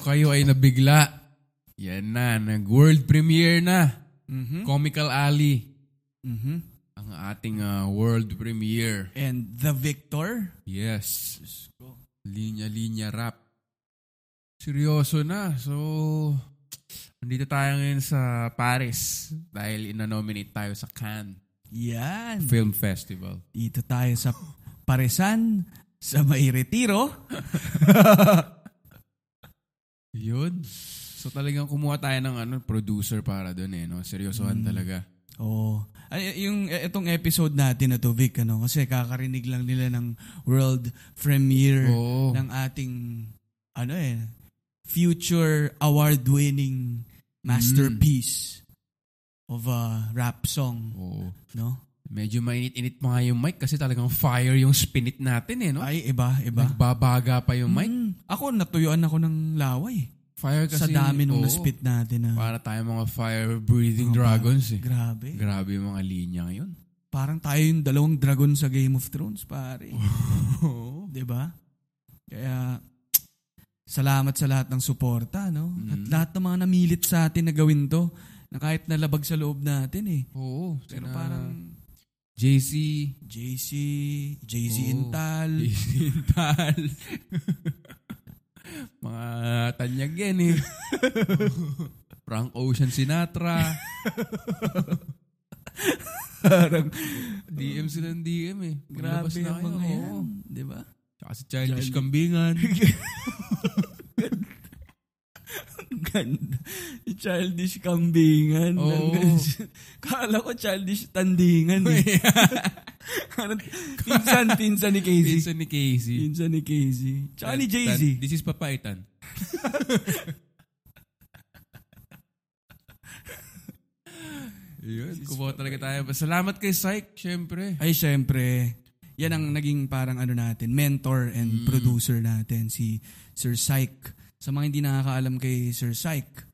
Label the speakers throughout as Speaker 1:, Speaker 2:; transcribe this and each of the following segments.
Speaker 1: tayo ay nabigla. Yan na, nag-world premiere na.
Speaker 2: Mm-hmm.
Speaker 1: Comical Alley,
Speaker 2: Mhm.
Speaker 1: ang ating ah, world premiere.
Speaker 2: And the victor?
Speaker 1: Yes.
Speaker 2: Diyos ko.
Speaker 1: Linya-linya rap. Seryoso na. So, andito tayo ngayon sa Paris dahil ina-nominate tayo sa Cannes
Speaker 2: Yan.
Speaker 1: Film Festival.
Speaker 2: Dito tayo sa Paresan, sa May Retiro.
Speaker 1: Yun. So talagang kumuha tayo ng ano, producer para doon eh. No?
Speaker 2: Mm.
Speaker 1: Seryosohan talaga.
Speaker 2: Oo. Oh, Ay, yung e, itong episode natin na to, Vic, ano, kasi kakarinig lang nila ng world premiere
Speaker 1: Oo.
Speaker 2: ng ating, ano eh, future award-winning masterpiece
Speaker 1: Mm.
Speaker 2: of a rap song,
Speaker 1: Oo.
Speaker 2: no?
Speaker 1: Medyo mainit-init pa nga yung mic kasi talagang fire yung spinit natin eh. No?
Speaker 2: Ay, iba, iba.
Speaker 1: Nagbabaga pa yung mic.
Speaker 2: Mm. Ako, natuyuan ako ng laway.
Speaker 1: Fire kasi.
Speaker 2: sa dami
Speaker 1: oo.
Speaker 2: nung na-spit natin. Na,
Speaker 1: Para tayo mga fire-breathing dragons eh.
Speaker 2: grabe.
Speaker 1: Grabe yung mga linya ngayon.
Speaker 2: Parang tayo yung dalawang dragon sa Game of Thrones, pare. Di ba? Kaya, salamat sa lahat ng suporta, no?
Speaker 1: Mm-hmm.
Speaker 2: At lahat ng mga namilit sa atin na gawin to, na kahit nalabag sa loob natin, eh.
Speaker 1: Oo.
Speaker 2: Pero
Speaker 1: sina-
Speaker 2: parang,
Speaker 1: JC.
Speaker 2: JC, JC
Speaker 1: Oo. Eh,
Speaker 2: Intal,
Speaker 1: JC Tal. mga tanyag yan eh. Frank Ocean Sinatra.
Speaker 2: parang,
Speaker 1: DM sila ng DM eh.
Speaker 2: grabe
Speaker 1: Maglabas na
Speaker 2: ang
Speaker 1: kayo,
Speaker 2: mga yan.
Speaker 1: oo.
Speaker 2: Di ba?
Speaker 1: Tsaka si Childish
Speaker 2: Childish.
Speaker 1: Kambingan.
Speaker 2: Ganda. Childish kambingan.
Speaker 1: Oo.
Speaker 2: Kala ko childish tandingan eh. Parang pinsan, pinsan ni Casey.
Speaker 1: Pinsan ni Casey.
Speaker 2: Pinsan ni Casey. Tsaka ni Jay-Z.
Speaker 1: Tan- This is Papaitan. Yun, kumuha talaga tayo. Salamat kay Syke, syempre.
Speaker 2: Ay, syempre. Yan ang naging parang ano natin, mentor and producer natin, si Sir Syke. Sa mga hindi nakakaalam kay Sir Syke.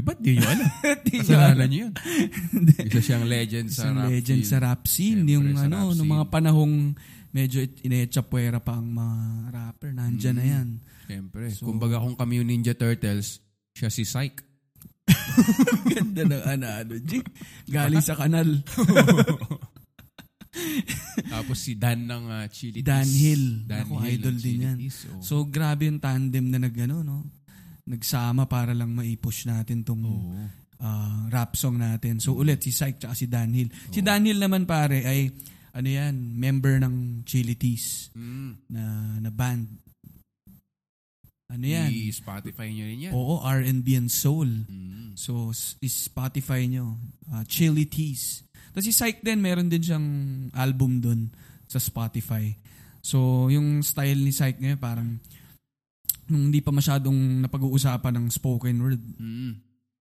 Speaker 1: Eh, ba't di nyo alam? Kasalanan nyo yun. Isa siyang legend sa
Speaker 2: Isang
Speaker 1: rap
Speaker 2: legend
Speaker 1: field.
Speaker 2: sa rap scene.
Speaker 1: Syempre,
Speaker 2: yung
Speaker 1: sa rap
Speaker 2: ano, nung
Speaker 1: scene.
Speaker 2: mga panahong medyo it- inechapwera pa ang mga rapper. Nandyan
Speaker 1: Mm.
Speaker 2: na yan.
Speaker 1: Siyempre.
Speaker 2: So-
Speaker 1: Kumbaga kung kami yung Ninja Turtles, siya si Syke.
Speaker 2: Ganda ng analogy. Galing sa kanal.
Speaker 1: Tapos si Dan ng uh, Chili
Speaker 2: Dan
Speaker 1: Tees.
Speaker 2: Hill.
Speaker 1: Dan
Speaker 2: Ako,
Speaker 1: Hill
Speaker 2: idol
Speaker 1: ng
Speaker 2: din
Speaker 1: Chili
Speaker 2: yan.
Speaker 1: Tees, oh.
Speaker 2: So, grabe yung tandem na nagano, no? Nagsama para lang maipush natin tong
Speaker 1: Oo.
Speaker 2: ah, rap song natin. So, ulit, si Syke tsaka si Dan Hill. Si Dan Hill naman, pare, ay, ano yan, member ng Chili Tees
Speaker 1: Mm.
Speaker 2: na, na band. Ano yan?
Speaker 1: I-Spotify nyo rin yan.
Speaker 2: Oo, R&B and Soul.
Speaker 1: Mm.
Speaker 2: So, s- is Spotify nyo. ah, Chili Tees. Tapos si Syke din, meron din siyang album dun sa Spotify. So, yung style ni Syke ngayon, parang nung hindi pa masyadong napag-uusapan ng spoken word,
Speaker 1: Mm.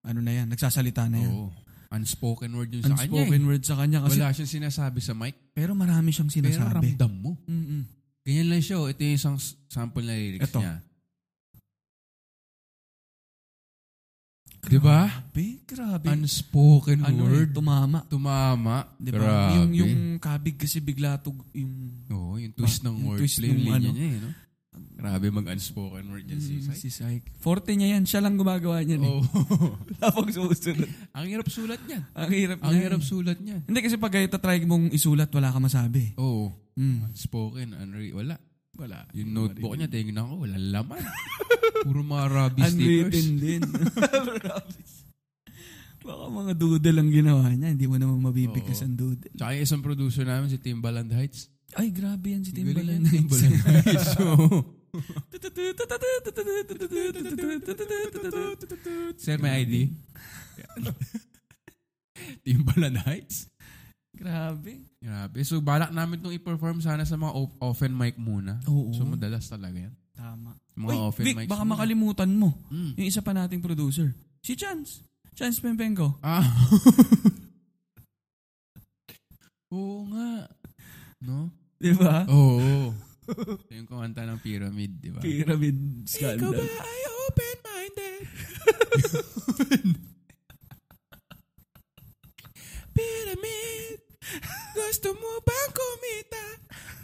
Speaker 2: ano na yan, nagsasalita na yan.
Speaker 1: Oo. Unspoken word yun sa
Speaker 2: Unspoken
Speaker 1: kanya. eh.
Speaker 2: word sa kanya. Kasi,
Speaker 1: Wala siyang sinasabi sa mic.
Speaker 2: pero marami siyang
Speaker 1: Pero
Speaker 2: sinasabi.
Speaker 1: ramdam mo.
Speaker 2: Mm-mm.
Speaker 1: Ganyan lang siya. oh. Ito yung isang s- sample na lyrics
Speaker 2: Ito.
Speaker 1: niya. Di ba?
Speaker 2: Grabe, grabe.
Speaker 1: Unspoken
Speaker 2: ano,
Speaker 1: word.
Speaker 2: eh, tumama.
Speaker 1: Tumama.
Speaker 2: Di
Speaker 1: Grabe.
Speaker 2: ba? Yung, yung kabig kasi bigla tug, yung
Speaker 1: Oo, yung twist ng
Speaker 2: Yung twist
Speaker 1: wordplay
Speaker 2: nung
Speaker 1: linya
Speaker 2: ano.
Speaker 1: niya eh, no? Grabe mag-unspoken word niya si
Speaker 2: Mm,
Speaker 1: Sai.
Speaker 2: si Syke. Forte niya yan. Siya lang gumagawa niyan eh.
Speaker 1: Oo.
Speaker 2: Tapos susunod.
Speaker 1: Ang hirap sulat niya.
Speaker 2: Ang hirap
Speaker 1: Ang
Speaker 2: niya.
Speaker 1: hirap sulat niya.
Speaker 2: Hindi kasi pag ito try mong isulat, wala ka masabi.
Speaker 1: Oo.
Speaker 2: Mm.
Speaker 1: Unspoken, unre- wala. Wala. Yung notebook niya, tingnan ko, wala laman. Puro mga rubby stickers.
Speaker 2: Unwritten din. Baka mga doodle ang ginawa niya. Hindi mo naman mabibigkas
Speaker 1: Oo.
Speaker 2: ang doodle.
Speaker 1: Tsaka yung isang producer namin, si Timbaland Heights.
Speaker 2: Ay, grabe yan si
Speaker 1: Ang galing
Speaker 2: Timbaland.
Speaker 1: yan, Timbaland Heights. Oo. Sir, may ID? Timbaland Heights?
Speaker 2: grabe.
Speaker 1: Grabe. So, balak namin itong i-perform sana sa mga op- open mic muna.
Speaker 2: Oo.
Speaker 1: So, madalas talaga yan.
Speaker 2: Tama.
Speaker 1: Mga
Speaker 2: Uy,
Speaker 1: open
Speaker 2: Vic,
Speaker 1: mics
Speaker 2: baka
Speaker 1: muna.
Speaker 2: makalimutan mo.
Speaker 1: Mm.
Speaker 2: Yung isa pa nating producer. Si Chance. Chance Pempenko.
Speaker 1: Ah. Oo nga. No?
Speaker 2: Di ba?
Speaker 1: Oh. Oo. Ito yung kumanta ng pyramid, di ba?
Speaker 2: Pyramid scandal.
Speaker 1: ay open-minded? pyramid, gusto mo bang kumita?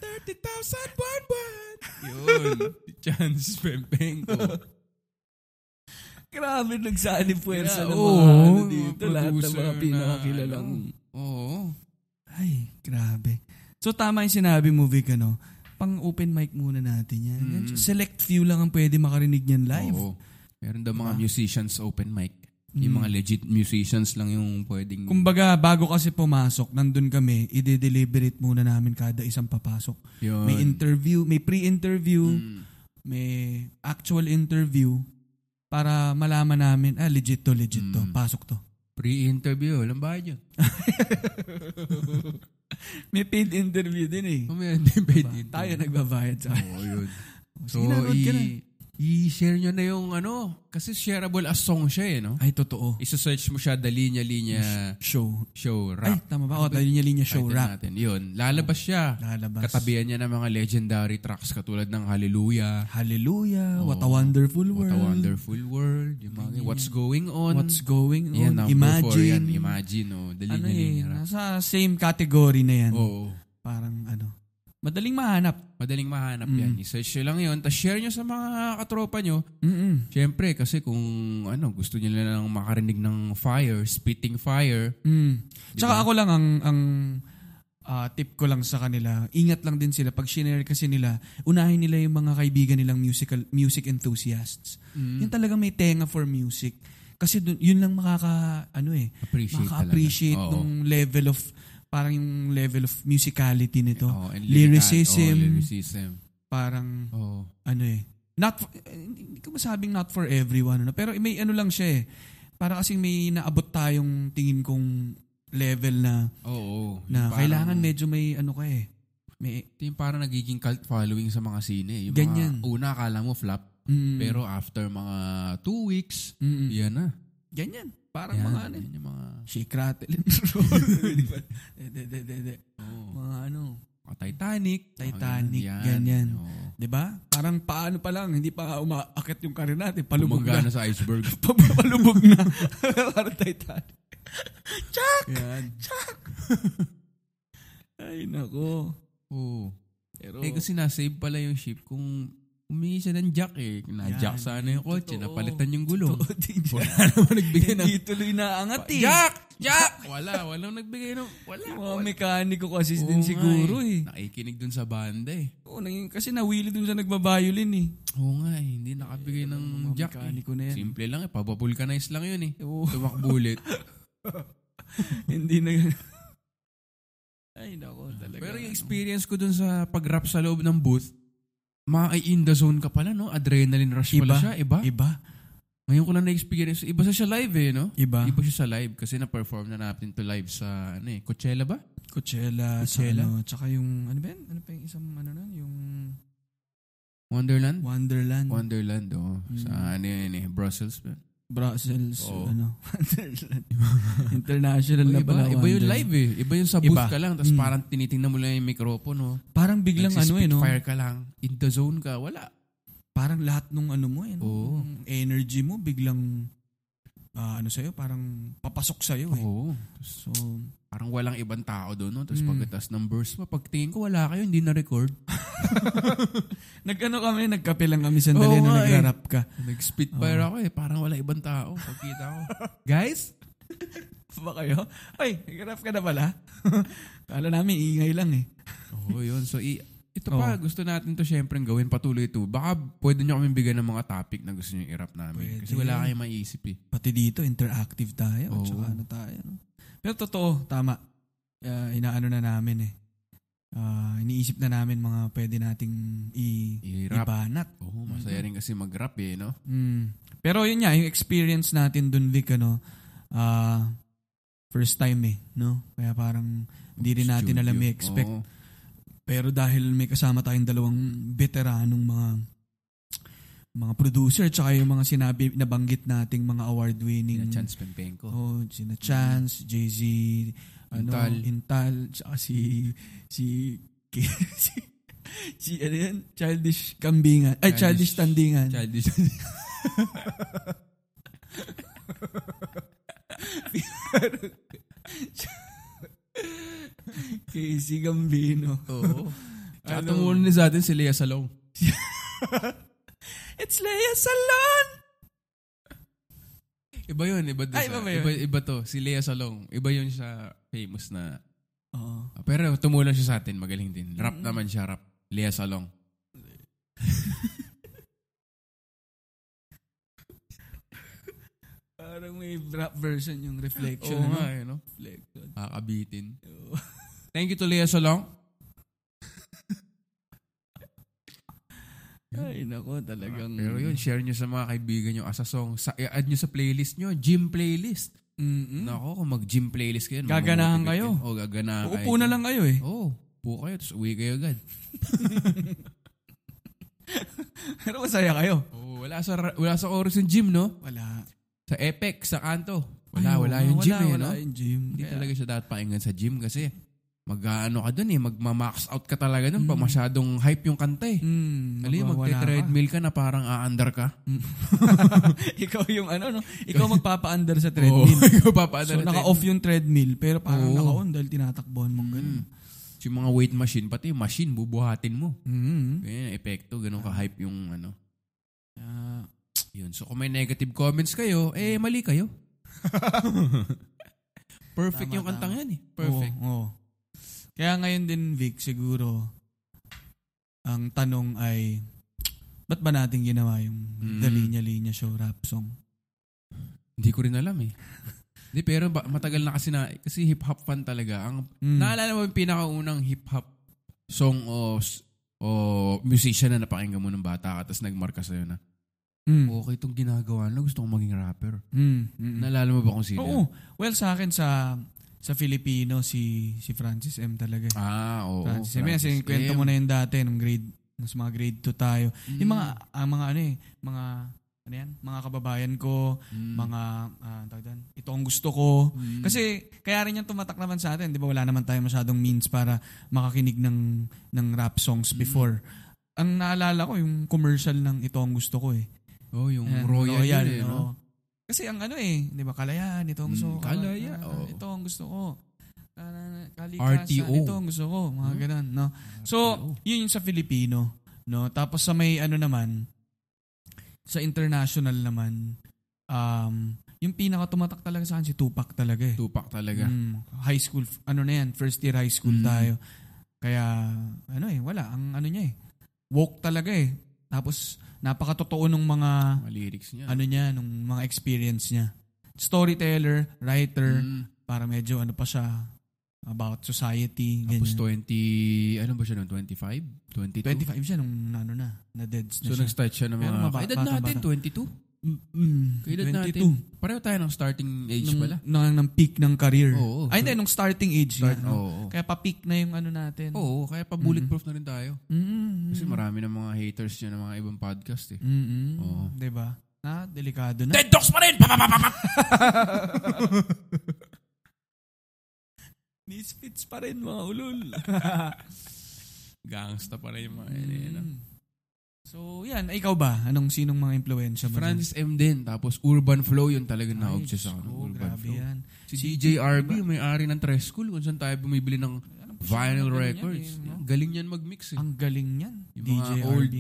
Speaker 1: 30,000 buwan-buwan. Yun. Chance Pempenko.
Speaker 3: Grabe, nagsaan ni puwersa ng
Speaker 1: Yeah, oo,
Speaker 3: mga ano dito.
Speaker 1: mga
Speaker 3: Lahat ng mga
Speaker 1: producer na, ano.
Speaker 3: pinakakilalang.
Speaker 1: Oo.
Speaker 2: Ay, grabe. So tama yung sinabi mo, Vic, ano? Pang open mic muna natin yan.
Speaker 1: Mm.
Speaker 2: Select few lang ang pwede makarinig niyan live.
Speaker 1: Oo. Meron daw
Speaker 3: Ah.
Speaker 1: mga
Speaker 2: Diba?
Speaker 1: musicians open mic. Yung
Speaker 3: Hmm.
Speaker 2: Mm.
Speaker 1: mga legit musicians lang yung pwedeng...
Speaker 2: Kumbaga, bago kasi pumasok, nandun kami, ide-deliberate muna namin kada isang papasok.
Speaker 1: yun.
Speaker 2: May interview, may pre-interview,
Speaker 1: Mm.
Speaker 2: may actual interview para malaman namin, ah, legit to, legit to,
Speaker 1: Mm.
Speaker 2: pasok to.
Speaker 1: Pre-interview. Alam ba yun?
Speaker 2: May paid interview din eh.
Speaker 1: Oh, meron din paid
Speaker 2: Diba?
Speaker 1: interview.
Speaker 2: Tayo nagbabayad sa
Speaker 1: Oo, yun. So,
Speaker 2: Sige na, load ka na.
Speaker 1: i- i-share nyo na yung ano. Kasi shareable as song siya eh, no?
Speaker 2: Ay, totoo.
Speaker 1: Isa-search mo siya, the linya-linya
Speaker 2: Show.
Speaker 1: show
Speaker 2: Ay,
Speaker 1: rap. Ano
Speaker 2: tama ba? O, tayo niya linya show
Speaker 1: Title
Speaker 2: rap.
Speaker 1: natin. Yun. Lalabas siya.
Speaker 2: Lalabas.
Speaker 1: Katabihan niya ng mga legendary tracks katulad ng Hallelujah,
Speaker 2: Hallelujah.
Speaker 1: Oo.
Speaker 2: What a wonderful world.
Speaker 1: Oh, What a Wonderful World, yung mga,
Speaker 2: Ganyan
Speaker 1: What's
Speaker 2: yan.
Speaker 1: Going On.
Speaker 2: What's going on?
Speaker 1: Yan, number
Speaker 2: Imagine.
Speaker 1: four yan. Imagine, oh. Dali
Speaker 2: ano
Speaker 1: na
Speaker 2: eh,
Speaker 1: linya rap. Oh.
Speaker 2: nasa same category na yan.
Speaker 1: Oo.
Speaker 2: Parang ano. Madaling mahanap.
Speaker 1: Madaling mahanap
Speaker 2: Mm.
Speaker 1: yan. I-search nyo lang yun. Tapos share nyo sa mga katropa nyo.
Speaker 2: Mm-mm.
Speaker 1: Siyempre, kasi kung ano, gusto nyo lang makarinig ng fire, spitting fire.
Speaker 2: Mm.
Speaker 1: Di
Speaker 2: Tsaka
Speaker 1: ba?
Speaker 2: ako lang ang, ang ah, tip ko lang sa kanila. Ingat lang din sila. Pag shinare kasi nila, unahin nila yung mga kaibigan nilang musical music enthusiasts.
Speaker 1: Mm.
Speaker 2: Yung talaga may tenga for music. Kasi dun, yun lang makaka, ano eh,
Speaker 1: Appreciate
Speaker 2: maka-appreciate
Speaker 1: talaga. Oo.
Speaker 2: nung level of, parang yung level of musicality nito.
Speaker 1: Oo, and
Speaker 2: lyricism.
Speaker 1: Oo, lyricism.
Speaker 2: Parang,
Speaker 1: Oo.
Speaker 2: ano eh, not for, eh, hindi ko masabing not for everyone, ano, pero may ano lang siya eh. Para kasing may naabot tayong tingin kong level na,
Speaker 1: Oo. Yung parang-
Speaker 2: na kailangan medyo may ano ka eh. May,
Speaker 1: Ito yung parang nagiging cult following sa mga sine. Yung
Speaker 2: Ganyan.
Speaker 1: Mga, una, akala mo flop.
Speaker 2: mm,
Speaker 1: Pero after mga two weeks,
Speaker 2: mm,
Speaker 1: yan na.
Speaker 2: ganyan. Parang
Speaker 1: Yan,
Speaker 2: mga ano eh.
Speaker 1: yan yung mga...
Speaker 2: Shake, rattle, and roll. de, de, de, de, de.
Speaker 1: Oo.
Speaker 2: Mga ano.
Speaker 1: Mga Titanic.
Speaker 2: Titanic,
Speaker 1: Mga
Speaker 2: ganyan.
Speaker 1: Oo.
Speaker 2: 'Di ba? Parang paano pa lang, hindi pa umaakit yung karir natin. Palubog
Speaker 1: Bumangga na
Speaker 2: na.
Speaker 1: sa iceberg.
Speaker 2: Palubog na. Parang Titanic.
Speaker 1: yan.
Speaker 2: Ay, nako.
Speaker 1: Oo.
Speaker 2: Pero,
Speaker 1: Eh kasi nasave pala yung ship kung humingi siya ng jack eh. Na-jack
Speaker 2: Yan.
Speaker 1: sana yung kotse.
Speaker 2: Totoo.
Speaker 1: Napalitan yung gulong.
Speaker 2: Totoo, di jack.
Speaker 1: Wala naman nagbigay ng...
Speaker 2: hindi tuloy naangat eh.
Speaker 1: Jack! Jack! Wala. Walang nagbigay ng... Wala.
Speaker 2: Yung Mga mekaniko kasi
Speaker 1: Oo
Speaker 2: din
Speaker 1: nga
Speaker 2: siguro eh.
Speaker 1: Nakikinig dun sa banda eh.
Speaker 2: Oo, nanging, kasi nawili dun sa nagbabayolin eh.
Speaker 1: Oo nga eh, hindi nakabigay ng
Speaker 2: mga
Speaker 1: jack. Eh.
Speaker 2: mekaniko na yan.
Speaker 1: Simple lang eh, pabavulcanize lang yun eh.
Speaker 2: Oo,
Speaker 1: Tumakbo ulit.
Speaker 2: hindi na... Ay, nako
Speaker 1: Ah,
Speaker 2: talaga.
Speaker 1: Pero yung experience ko dun sa pag-rap sa loob ng booth, ma-in the zone ka pala no? Adrenaline rush pala
Speaker 2: Iba.
Speaker 1: siya, iba?
Speaker 2: Iba.
Speaker 1: Ngayon ko lang na-experience. Iba sa siya live eh, no?
Speaker 2: Iba.
Speaker 1: Iba siya sa live kasi na-perform na natin to live sa ano eh, Coachella ba?
Speaker 2: Coachella,
Speaker 1: Coachella.
Speaker 2: Coachella. Ano, tsaka yung, ano ba yan? Ano pa yung isang, ano na, yung
Speaker 1: Wonderland?
Speaker 2: Wonderland,
Speaker 1: Wonderland, oo.
Speaker 2: Mm.
Speaker 1: Sa ano yun eh, Brussels. ba?
Speaker 2: Brussels,
Speaker 1: Oo.
Speaker 2: ano, Wonderland. International na
Speaker 1: Oh, Iba,
Speaker 2: pala.
Speaker 1: iba yung
Speaker 2: Wonderland.
Speaker 1: live eh. Iba yung sa booth
Speaker 2: Iba.
Speaker 1: ka lang, tapos
Speaker 2: Mm.
Speaker 1: parang tinitingnan mo lang yung mikropono.
Speaker 2: Parang biglang ano eh, no?
Speaker 1: Fire ka lang. In the zone ka. Wala.
Speaker 2: parang lahat nung ano mo, eh, no?
Speaker 1: Oo.
Speaker 2: Yung energy mo biglang ah, ano sa'yo, parang papasok sa'yo eh.
Speaker 1: Oo.
Speaker 2: So,
Speaker 1: Parang walang ibang tao doon, no? Tapos
Speaker 2: Mm.
Speaker 1: pagkatas ng verse mo, pagtingin ko, wala kayo, hindi na-record.
Speaker 2: nag-ano kami, nagkape lang kami
Speaker 1: Oo
Speaker 2: sandali nung
Speaker 1: nga eh.
Speaker 2: nagra-rap ka.
Speaker 1: Nag-spitfire ako eh. Parang wala ibang tao. Pagkita ko. Guys?
Speaker 2: Ba kayo? Ay, nagra-rap ka na pala? Kala namin, ingay lang eh.
Speaker 1: Oo, yun. So, i- ito pa, gusto natin to syempre gawin patuloy to. Baka pwede nyo kami bigyan ng mga topic na gusto nyo i-rap namin.
Speaker 2: Pwede.
Speaker 1: Kasi wala kayong maisip eh.
Speaker 2: Pati dito, interactive tayo.
Speaker 1: Oo.
Speaker 2: At saka ano tayo. No? Pero totoo, tama. Ah, inaano na namin eh. Ah, iniisip na namin mga pwede nating i-
Speaker 1: I-rap.
Speaker 2: ibanat.
Speaker 1: Oo, masaya rin kasi mag-rap eh, no?
Speaker 2: Mm. Pero yun nga, yung experience natin dun, Vic, ano, ah, first time eh, no? Kaya parang hindi rin natin
Speaker 1: Studio.
Speaker 2: alam may expect.
Speaker 1: Oo.
Speaker 2: Pero dahil may kasama tayong dalawang veteranong mga mga producer tsaka yung mga sinabi nabanggit nating mga award winning
Speaker 1: Sina Chance Pempenko.
Speaker 2: oh sina Chance Jay-Z ano
Speaker 1: Intal.
Speaker 2: Intal tsaka si si si, si ano yan childish kambingan ay
Speaker 1: Childish-
Speaker 2: childish, tandingan
Speaker 1: Childish.
Speaker 2: Casey Gambino
Speaker 1: Oo. Tsaka Oh.
Speaker 2: Ano? Ano?
Speaker 1: tumulong din sa atin si Lea Salong.
Speaker 2: It's Lea Salon!
Speaker 1: Iba yun, iba, din
Speaker 2: Ay,
Speaker 1: sa-
Speaker 2: Ah, iba ba yun?
Speaker 1: iba, iba to. Si Lea Salong. Iba yun siya famous na. Oh.
Speaker 2: Oo.
Speaker 1: Pero tumulong siya sa atin, magaling din. Rap
Speaker 2: Mm.
Speaker 1: naman siya, rap. Lea Salong.
Speaker 2: Parang may rap version yung reflection.
Speaker 1: Oo
Speaker 2: ano?
Speaker 1: nga, eh, no?
Speaker 2: Reflection. oh.
Speaker 1: Kakabitin. Thank you to Lea Salong.
Speaker 2: Ay, nako, talagang...
Speaker 1: Pero yun, share nyo sa mga kaibigan nyo as a song. Sa, i-add nyo sa playlist nyo, gym playlist.
Speaker 2: Mm-mm.
Speaker 1: Nako, kung mag-gym playlist kayo.
Speaker 2: Mm. Gaganahan
Speaker 1: mamotivate
Speaker 2: kayo.
Speaker 1: O, gaganahan kayo.
Speaker 2: Uupo na lang kayo eh.
Speaker 1: Oo, upo kayo, tapos uwi kayo agad.
Speaker 2: Pero masaya kayo.
Speaker 1: Oo, wala sa, wala sa oras yung gym, no?
Speaker 2: Wala.
Speaker 1: Sa Apex, sa Kanto. Wala,
Speaker 2: Ay,
Speaker 1: wala
Speaker 2: oo,
Speaker 1: yung gym eh,
Speaker 2: Wala
Speaker 1: no?
Speaker 2: yung gym.
Speaker 1: Hindi
Speaker 2: Kaya-
Speaker 1: talaga siya dapat painggan sa gym kasi mag-ano ka dun eh, magma-max out ka talaga dun. Pa masyadong hype yung kanta eh.
Speaker 2: Mm,
Speaker 1: Kali,
Speaker 2: magwawala ka.
Speaker 1: magte-treadmill ka na parang aandar ka.
Speaker 2: Ikaw yung ano, no? Ikaw magpapa-under sa treadmill.
Speaker 1: Treadmill. papaandar
Speaker 2: So,
Speaker 1: na
Speaker 2: naka-off yung treadmill, pero parang
Speaker 1: Oo.
Speaker 2: naka-on dahil tinatakbuhan mong ganun.
Speaker 1: treadmill. Yung mga weight machine, pati yung machine, bubuhatin mo.
Speaker 2: Mm.
Speaker 1: Ganyan, epekto, ganun ka-hype yung ano.
Speaker 2: Ah,
Speaker 1: Yun. So, kung may negative comments kayo, eh, mali kayo. Perfect
Speaker 2: Tama,
Speaker 1: yung kantang
Speaker 2: tama.
Speaker 1: yan eh. Perfect.
Speaker 2: Oo, oo. Kaya ngayon din, Vic, siguro, ang tanong ay, ba't ba natin ginawa yung
Speaker 1: Mm.
Speaker 2: The Linya Linya Show rap song?
Speaker 1: Hindi ko rin alam eh. Hindi, pero ba- matagal na kasi na, kasi hip-hop fan talaga. Ang,
Speaker 2: Mm.
Speaker 1: Naalala mo yung pinakaunang hip-hop song o, s- o musician na napakinggan mo ng bata ka tapos nagmarka sa'yo na,
Speaker 2: Mm.
Speaker 1: okay, itong ginagawa na, gusto kong maging rapper.
Speaker 2: Mm. Mm.
Speaker 1: Naalala mo ba kung sino?
Speaker 2: Oo. Well, sa akin, sa sa Filipino, si si Francis M talaga. eh.
Speaker 1: Ah, oo.
Speaker 2: Francis, M. Yan,
Speaker 1: Francis M.
Speaker 2: sinikwento mo na yun dati, nung grade, nung sa mga grade 2 tayo.
Speaker 1: Mm.
Speaker 2: Yung mga, ah, mga ano eh, mga, ano yan? Mga kababayan ko,
Speaker 1: Mm.
Speaker 2: mga, ah, ang tawag doon, ito ang gusto ko.
Speaker 1: Mm.
Speaker 2: Kasi kaya rin yung tumatak naman sa atin, 'di ba? Wala naman tayo masyadong means para makakinig ng ng rap songs
Speaker 1: Hmm.
Speaker 2: before. Ang naalala ko yung commercial ng ito ang gusto ko eh.
Speaker 1: oh, yung
Speaker 2: Ayan,
Speaker 1: Royal, yun eh, no?
Speaker 2: oo. Kasi ang ano eh, 'di ba? Kalayaan, ito ang gusto
Speaker 1: Mm,
Speaker 2: ko.
Speaker 1: kalaya,
Speaker 2: Ah,
Speaker 1: oo.
Speaker 2: Ito ang gusto ko. Ah, Kalikasan,
Speaker 1: RTO.
Speaker 2: ito ang gusto ko. Mga
Speaker 1: Hmm?
Speaker 2: ganun, no? So, yun yung sa Filipino, no? Tapos sa may ano naman, sa international naman, um, yung pinaka tumatak talaga sa akin si Tupac talaga eh.
Speaker 1: Tupac talaga.
Speaker 2: Mm, high school, f- ano na yan, first year high school
Speaker 1: Mm.
Speaker 2: tayo. Kaya, ano eh, wala. Ang ano niya eh. Woke talaga eh. Tapos, napakatotoo nung mga,
Speaker 1: Mga lyrics niya.
Speaker 2: ano niya, nung mga experience niya. Storyteller, writer,
Speaker 1: Mm.
Speaker 2: para medyo ano pa siya, about society,
Speaker 1: Tapos
Speaker 2: ganyan.
Speaker 1: 20, ano ba siya nun? 25? 22?
Speaker 2: 25 siya nung ano na, na-deads na
Speaker 1: So,
Speaker 2: siya.
Speaker 1: nag-start siya ng
Speaker 2: Pero
Speaker 1: mga...
Speaker 2: maba-
Speaker 1: Kaedad
Speaker 2: bata-
Speaker 1: natin,
Speaker 2: bata.
Speaker 1: 22?
Speaker 2: Mm, mm,
Speaker 1: Kaedad natin.
Speaker 2: 22.
Speaker 1: Pareho tayo ng starting age
Speaker 2: Nung,
Speaker 1: pala.
Speaker 2: nung, nung peak ng career.
Speaker 1: Oo.
Speaker 2: Ay, hindi, nung starting age.
Speaker 1: Start,
Speaker 2: nga, no?
Speaker 1: oo.
Speaker 2: Kaya pa-peak na yung ano natin.
Speaker 1: Oo, kaya pa bulletproof na rin tayo.
Speaker 2: Mm,
Speaker 1: Kasi
Speaker 2: mm.
Speaker 1: marami ng mga haters yun ng mga ibang podcast eh.
Speaker 2: Mm-hmm.
Speaker 1: Oo.
Speaker 2: 'Di ba? Na delikado na.
Speaker 1: Dead dogs pa rin! Papapapapap!
Speaker 2: Misfits pa rin mga ulol.
Speaker 1: Gangsta pa rin yung mga yun eh, no?
Speaker 2: Mm. so, yan, ikaw ba? Anong sinong mga impluwensya mo?
Speaker 1: Francis M din, tapos Urban Flow yun talaga
Speaker 2: Ay,
Speaker 1: na-obsess ako. ng
Speaker 2: Diyos ko,
Speaker 1: Urban
Speaker 2: grabe
Speaker 1: Flow.
Speaker 2: yan.
Speaker 1: Si
Speaker 2: Si
Speaker 1: DJ RB, may-ari ng Tres School, kung saan tayo bumibili ng
Speaker 2: Alam ko ano siya,
Speaker 1: vinyl
Speaker 2: ang galing
Speaker 1: records.
Speaker 2: yan eh, no?
Speaker 1: Yan, Galing yan mag-mix eh.
Speaker 2: Ang galing niyan.
Speaker 1: Yung
Speaker 2: DJ
Speaker 1: mga old
Speaker 2: RB.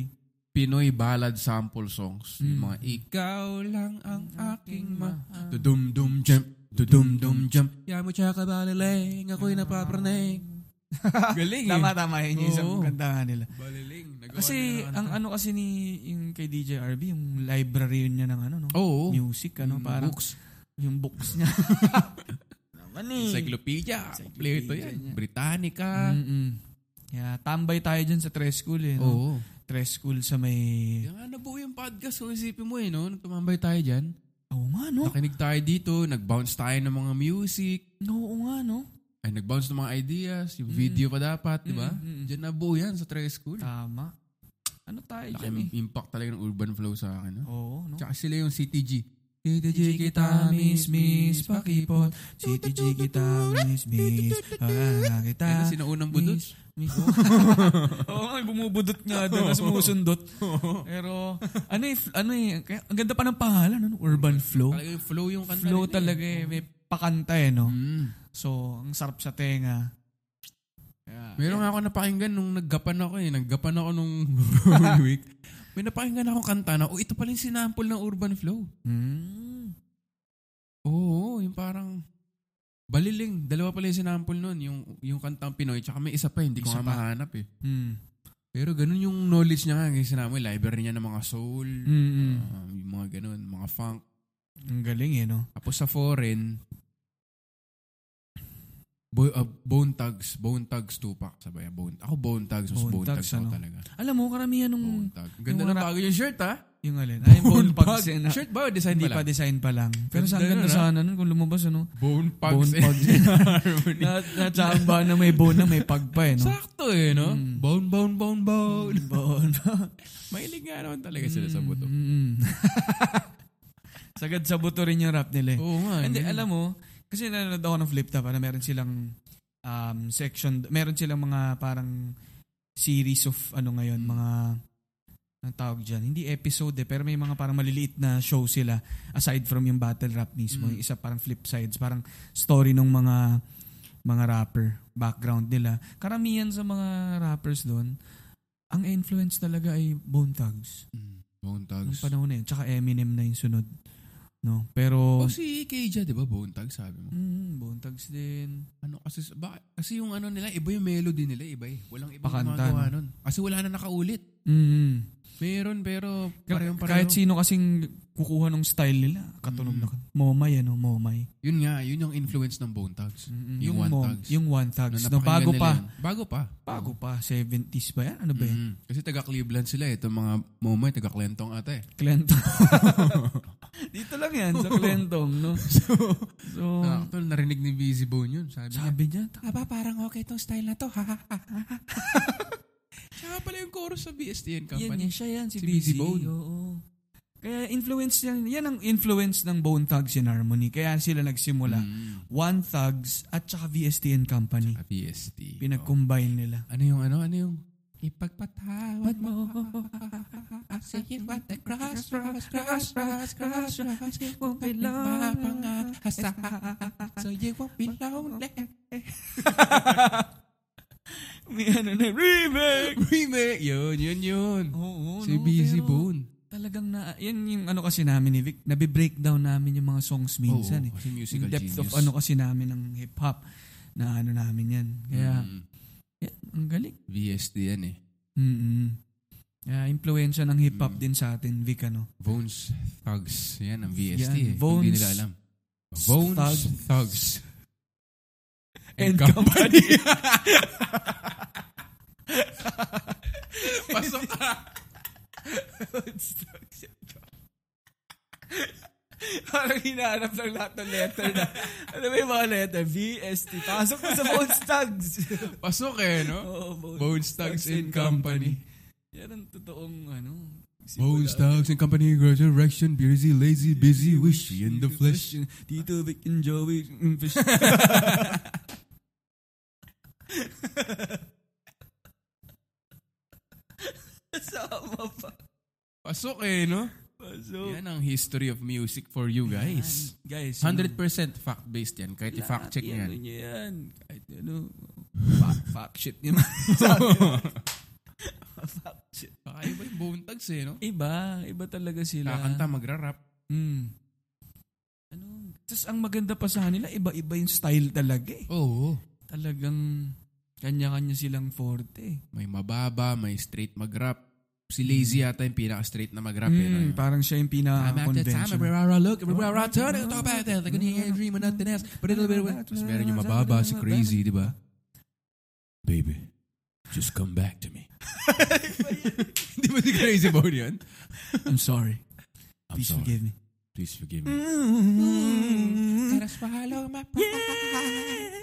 Speaker 1: Pinoy ballad sample songs. Yung mga ikaw lang ang aking ma... Dudum-dum jump, dudum-dum jump. Yamo tsaka baliling, ako'y napapranay. Galing
Speaker 2: Tama, tama. Yun yung isang
Speaker 1: Oo.
Speaker 2: kanta nga nila.
Speaker 1: Baliling. Nagawa
Speaker 2: Kasi,
Speaker 1: nila ng
Speaker 2: ang
Speaker 1: kanta.
Speaker 2: ano kasi ni yung kay DJ RB, yung library yun niya ng ano, no?
Speaker 1: Oo.
Speaker 2: Music, ano?
Speaker 1: Mm,
Speaker 2: Parang
Speaker 1: books.
Speaker 2: yung books niya. Naman eh.
Speaker 1: Encyclopedia. Kompleto
Speaker 2: niya.
Speaker 1: yan. Britannica.
Speaker 2: Mm-mm. Yeah, tambay tayo dyan sa Tres School eh. No?
Speaker 1: Oo.
Speaker 2: Tres School sa may...
Speaker 1: Kaya nga nabuo yung podcast kung isipin mo eh, no? Nagtumambay tayo dyan.
Speaker 2: Oo nga, no?
Speaker 1: Nakinig tayo dito, nag-bounce tayo ng mga music,
Speaker 2: Oo nga, no?
Speaker 1: ay nag-bounce ng mga ideas, yung video pa dapat, di ba?
Speaker 2: Mm, mm, mm.
Speaker 1: Diyan nabuo yan sa Tres School.
Speaker 2: Tama. Ano tayo
Speaker 1: Laki
Speaker 2: dyan eh?
Speaker 1: yung impact talaga ng urban flow sa akin. No?
Speaker 2: Oo, no?
Speaker 1: Tsaka sila yung CTG. CTG
Speaker 2: Tiji kita, miss, miss, pakipot. Tiji kita, miss, miss, pakala kita.
Speaker 1: Ayun na sinaunang budot.
Speaker 2: miss, miss. oh. Oo nga, bumubudot nga doon, tapos sumusundot. Pero, ano eh, fl- ano eh, kaya, ang ganda pa ng pangalan, ano? Urban Flow.
Speaker 1: Talaga yung flow yung kanta
Speaker 2: Flow
Speaker 1: nila eh.
Speaker 2: talaga eh, may pakanta eh, no?
Speaker 1: Mm.
Speaker 2: So, ang sarap sa tenga. Yeah.
Speaker 1: Meron nga ako napakinggan nung naggapan ako eh. Naggapan ako nung week. May napakinggan akong kanta na, oh, ito pala yung sinample ng Urban Flow.
Speaker 2: Mm.
Speaker 1: Oo, yung parang Baliling. Dalawa pala yung sinample nun. Yung, yung kantang Pinoy. Tsaka may isa pa. Hindi ko
Speaker 2: Isa
Speaker 1: nga
Speaker 2: pa.
Speaker 1: mahanap eh.
Speaker 2: Mm.
Speaker 1: Pero ganun yung knowledge niya nga. Kasi sinabi, library niya ng mga soul.
Speaker 2: Mm.
Speaker 1: ah, yung mga ganun. Mga funk.
Speaker 2: Ang galing eh, no?
Speaker 1: Tapos sa foreign, bo- ah, Bone Thugs. Bone Thugs Tupac. Sabay, bone, ako Bone Thugs. Mas
Speaker 2: Bone
Speaker 1: Bone,
Speaker 2: Thugs,
Speaker 1: Thugs, ako
Speaker 2: ano?
Speaker 1: talaga.
Speaker 2: Alam mo, karamihan
Speaker 1: Bone
Speaker 2: nung...
Speaker 1: Thugs. Ganda
Speaker 2: yung
Speaker 1: ng
Speaker 2: ra-
Speaker 1: bago yung shirt ha.
Speaker 2: Yung alin? Ay, bone
Speaker 1: Pug.
Speaker 2: pugs. eh, na-
Speaker 1: Shirt ba o design
Speaker 2: Hindi
Speaker 1: pa
Speaker 2: pa,
Speaker 1: lang?
Speaker 2: design pa lang. Pero sa
Speaker 1: Ganda
Speaker 2: ganda
Speaker 1: nun, ah.
Speaker 2: sana nun kung lumabas, ano?
Speaker 1: Bone eh. Pugs.
Speaker 2: Bone eh.
Speaker 1: Bone
Speaker 2: Thugs. Na, natsamba na may bone na may pag pa, eh, no?
Speaker 1: Sakto eh, no?
Speaker 2: Mm.
Speaker 1: Bone, bone, bone, bone.
Speaker 2: Bone.
Speaker 1: Mahilig nga naman talaga sila sa buto.
Speaker 2: Mm, mm. Sagad sa buto rin yung rap nila eh.
Speaker 1: Oo nga.
Speaker 2: Hindi,
Speaker 1: yun.
Speaker 2: alam mo, kasi nanonood ako ng Flip Top, ano, meron silang um, section, meron silang mga parang series of ano ngayon, mga ang tawag dyan. Hindi episode eh, pero may mga parang maliliit na show sila aside from yung battle rap mismo.
Speaker 1: Mm.
Speaker 2: Yung isa parang flip sides, parang story ng mga mga rapper, background nila. Karamihan sa mga rappers doon, ang influence talaga ay Bone Thugs.
Speaker 1: Mm. Bone
Speaker 2: Nung
Speaker 1: Thugs.
Speaker 2: panahon na yun. Tsaka Eminem na yung sunod. No?
Speaker 1: O Oh,
Speaker 2: Pero...
Speaker 1: si Keija, di ba? Bone Thugs, sabi mo.
Speaker 2: Mm, bontags din.
Speaker 1: Ano kasi, sa- baka, kasi yung ano nila, iba yung melody nila, iba eh. Walang ibang
Speaker 2: Pakanta,
Speaker 1: gumagawa
Speaker 2: no?
Speaker 1: nun. Kasi wala na nakaulit.
Speaker 2: Mm.
Speaker 1: Meron, pero parehong pareho.
Speaker 2: Kahit sino kasing kukuha ng style nila, katunog
Speaker 1: Mm.
Speaker 2: na. Momay, ano, momay.
Speaker 1: Yun nga, yun yung influence ng Bone Thugs.
Speaker 2: Mm-mm.
Speaker 1: Yung One
Speaker 2: mom-
Speaker 1: Thugs.
Speaker 2: Yung one
Speaker 1: Na
Speaker 2: thugs. No,
Speaker 1: napakinggan
Speaker 2: bago
Speaker 1: nila
Speaker 2: pa.
Speaker 1: yun. Bago pa.
Speaker 2: Bago pa. 70s ba yan? Ano ba yan?
Speaker 1: Mm. Kasi taga Cleveland sila eh. Itong mga momay, taga Clentong ata eh.
Speaker 2: Klentong. Dito lang yan, sa Klentong, no?
Speaker 1: So,
Speaker 2: So,
Speaker 1: actual, Ah, narinig ni Busy Bone yun. Sabi niya,
Speaker 2: sabi niya,
Speaker 1: Aba, parang okay tong style na to. Ha, ha, ha, ha, ha. Tsaka pala yung chorus sa BSTN
Speaker 2: Yan,
Speaker 1: company.
Speaker 2: yan siya yan, si,
Speaker 1: Si
Speaker 2: Busy
Speaker 1: Busy Bone.
Speaker 2: Oo. Kaya influence yan. Yan ang influence ng Bone Thugs in Harmony. Kaya sila nagsimula.
Speaker 1: Mm.
Speaker 2: One Thugs at saka VSTN Company.
Speaker 1: Sa BST.
Speaker 2: Pinag-combine nila.
Speaker 1: Ano yung ano? Ano yung ipagpatawad mo? I see you at the crossroads, crossroads, crossroads. You won't be lonely. So you won't be lonely.
Speaker 2: May ano na, remake!
Speaker 1: Remake! Yun, yun, yun.
Speaker 2: Oo,
Speaker 1: Si
Speaker 2: no,
Speaker 1: Busy
Speaker 2: pero
Speaker 1: Bone.
Speaker 2: Talagang na, yan yung ano kasi namin ni Vic, nabi-breakdown namin yung mga songs minsan eh.
Speaker 1: kasi Oh, musical
Speaker 2: Yung depth of
Speaker 1: genius.
Speaker 2: ano kasi namin ng hip-hop na ano namin yan. Kaya,
Speaker 1: Mm.
Speaker 2: yan, ang galing.
Speaker 1: VST yan eh.
Speaker 2: Mm-mm. Kaya, impluensya ng hip-hop
Speaker 1: Mm.
Speaker 2: din sa atin, Vic, ano?
Speaker 1: Bones Thugs. Yan ang VST eh.
Speaker 2: Yan, Bones
Speaker 1: Hindi nila alam. Bones
Speaker 2: Thugs.
Speaker 1: Thugs.
Speaker 2: And
Speaker 1: Company. Pasok ka.
Speaker 2: Parang hinahanap ng lahat ng letter na, ano ba yung mga letter? VST. Pasok mo sa Bones Thugs.
Speaker 1: Pasok eh, no?
Speaker 2: Oo,
Speaker 1: Bones Thugs and Company.
Speaker 2: Yan ang totoong ano.
Speaker 1: Bones Thugs and Company Resurrection, busy, lazy, busy, wishy in the flesh.
Speaker 2: Tito Vic and Joey. mm, fish. Sama pa.
Speaker 1: Pasok eh, no?
Speaker 2: Pasok.
Speaker 1: Yan ang history of music for you Ya, guys.
Speaker 2: Yan, Guys.
Speaker 1: 100% fact-based yan. Kahit
Speaker 2: Lahat
Speaker 1: i-fact check
Speaker 2: yan,
Speaker 1: yan. eh.
Speaker 2: ano niya yan. anu, Kahit ano. Fuck, fuck shit niya. fuck shit.
Speaker 1: Baka iba yung Bone Thugs eh, no?
Speaker 2: Iba. Iba talaga sila.
Speaker 1: Kakanta, magra-rap.
Speaker 2: Mm. Ano? Tapos Anu, ang maganda pa sa kanila, iba-iba yung style talaga eh.
Speaker 1: Oo.
Speaker 2: Talagang kanya-kanya silang forte eh.
Speaker 1: May mababa, may straight mag-rap. Si Lazy yata yung pinaka-straight na mag-rap eh. no?
Speaker 2: Mm, parang siya yung
Speaker 1: Uh, I'm at that time,
Speaker 2: pinaka-convention.
Speaker 1: everywhere I look, everywhere I turn, I talk about that, like a nigga dream of nothing else, but a little bit of... Tapos meron yung mababa, si Crazy, di ba? Baby, just come back to me. Di ba si Crazy Bone yun?
Speaker 2: I'm sorry.
Speaker 1: I'm
Speaker 2: Please
Speaker 1: sorry. Hmm.
Speaker 2: forgive me.
Speaker 1: Please forgive me. Mm-hmm. Gotta swallow my pride.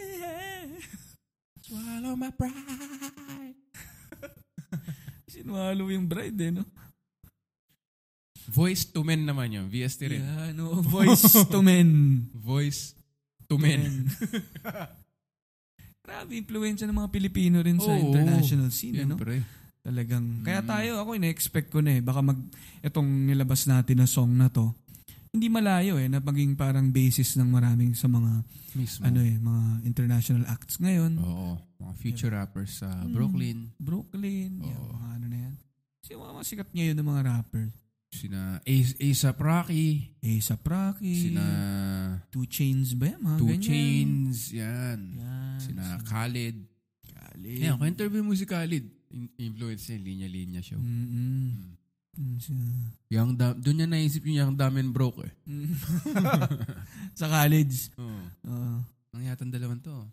Speaker 1: Swallow my pride.
Speaker 2: Sinwalo yung bride eh, no?
Speaker 1: Voice to men naman yun. VST rin.
Speaker 2: Yan, oh, voice to men.
Speaker 1: Voice to men.
Speaker 2: Grabe, influensya ng mga Pilipino rin sa
Speaker 1: Oo.
Speaker 2: international scene, eh, no?
Speaker 1: Siyempre.
Speaker 2: Talagang, kaya
Speaker 1: Mm.
Speaker 2: tayo, ako ina-expect ko na eh, baka mag, itong nilabas natin na song na to, hindi malayo eh, na maging parang basis ng maraming sa mga,
Speaker 1: Mismo.
Speaker 2: ano eh, mga international acts ngayon.
Speaker 1: Mm. Oo. Mga future rappers sa Brooklyn.
Speaker 2: Brooklyn, yan,
Speaker 1: Oo.
Speaker 2: mga ano na yan. Kasi yung mga mga sikat ngayon ng mga rapper.
Speaker 1: Sina Ace, A$AP Rocky.
Speaker 2: A$AP Rocky.
Speaker 1: Sina
Speaker 2: Two Chains ba yan? Mga
Speaker 1: Two
Speaker 2: ganyan.
Speaker 1: Chains. Ah, Yan.
Speaker 2: Yan.
Speaker 1: Sina Khaled.
Speaker 2: Kali.
Speaker 1: Yan, kung interview mo si Khaled, in- influence niya, linya-linya siya.
Speaker 2: Mm-mm.
Speaker 1: Mm.
Speaker 2: Mm, sina-
Speaker 1: Yung dam, doon niya naisip yung Young Dumb and Broke eh.
Speaker 2: Mm. Sa college.
Speaker 1: Oo.
Speaker 2: Oo.
Speaker 1: Ang yatang dalawan to.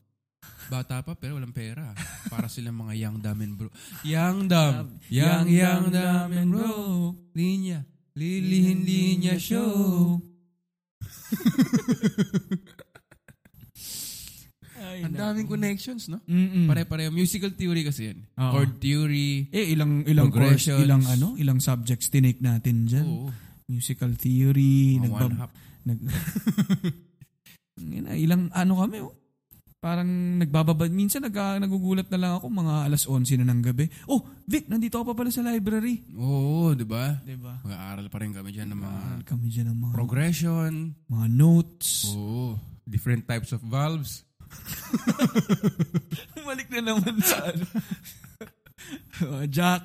Speaker 1: Bata pa pero walang pera. Para silang mga young dumb and bro. Young dumb. Young, young, dumb and bro. Linya. Lilihin linya show.
Speaker 2: Ay,
Speaker 1: Ang daming connections, no?
Speaker 2: Mm-mm.
Speaker 1: Pare-pareho. Musical theory kasi yan.
Speaker 2: Oo.
Speaker 1: Chord theory.
Speaker 2: Eh, ilang ilang course,
Speaker 1: Progressions.
Speaker 2: ilang ano, ilang subjects tinake natin dyan.
Speaker 1: Oo.
Speaker 2: Musical
Speaker 1: Mga one
Speaker 2: theory, nagbab-
Speaker 1: half.
Speaker 2: nag Ina, ilang ano kami oh. Parang nagbababad. Minsan nag, nagugulat na lang ako mga alas 11 na ng gabi. Oh, Vic, nandito ako pa pala sa library.
Speaker 1: Oo, di ba?
Speaker 2: Diba?
Speaker 1: Mag-aaral pa rin kami dyan ng mga
Speaker 2: Mahal kami dyan ng mga,
Speaker 1: progression.
Speaker 2: mga notes.
Speaker 1: Oo. Different types of valves.
Speaker 2: Bumalik na naman sa ano. Mga jack.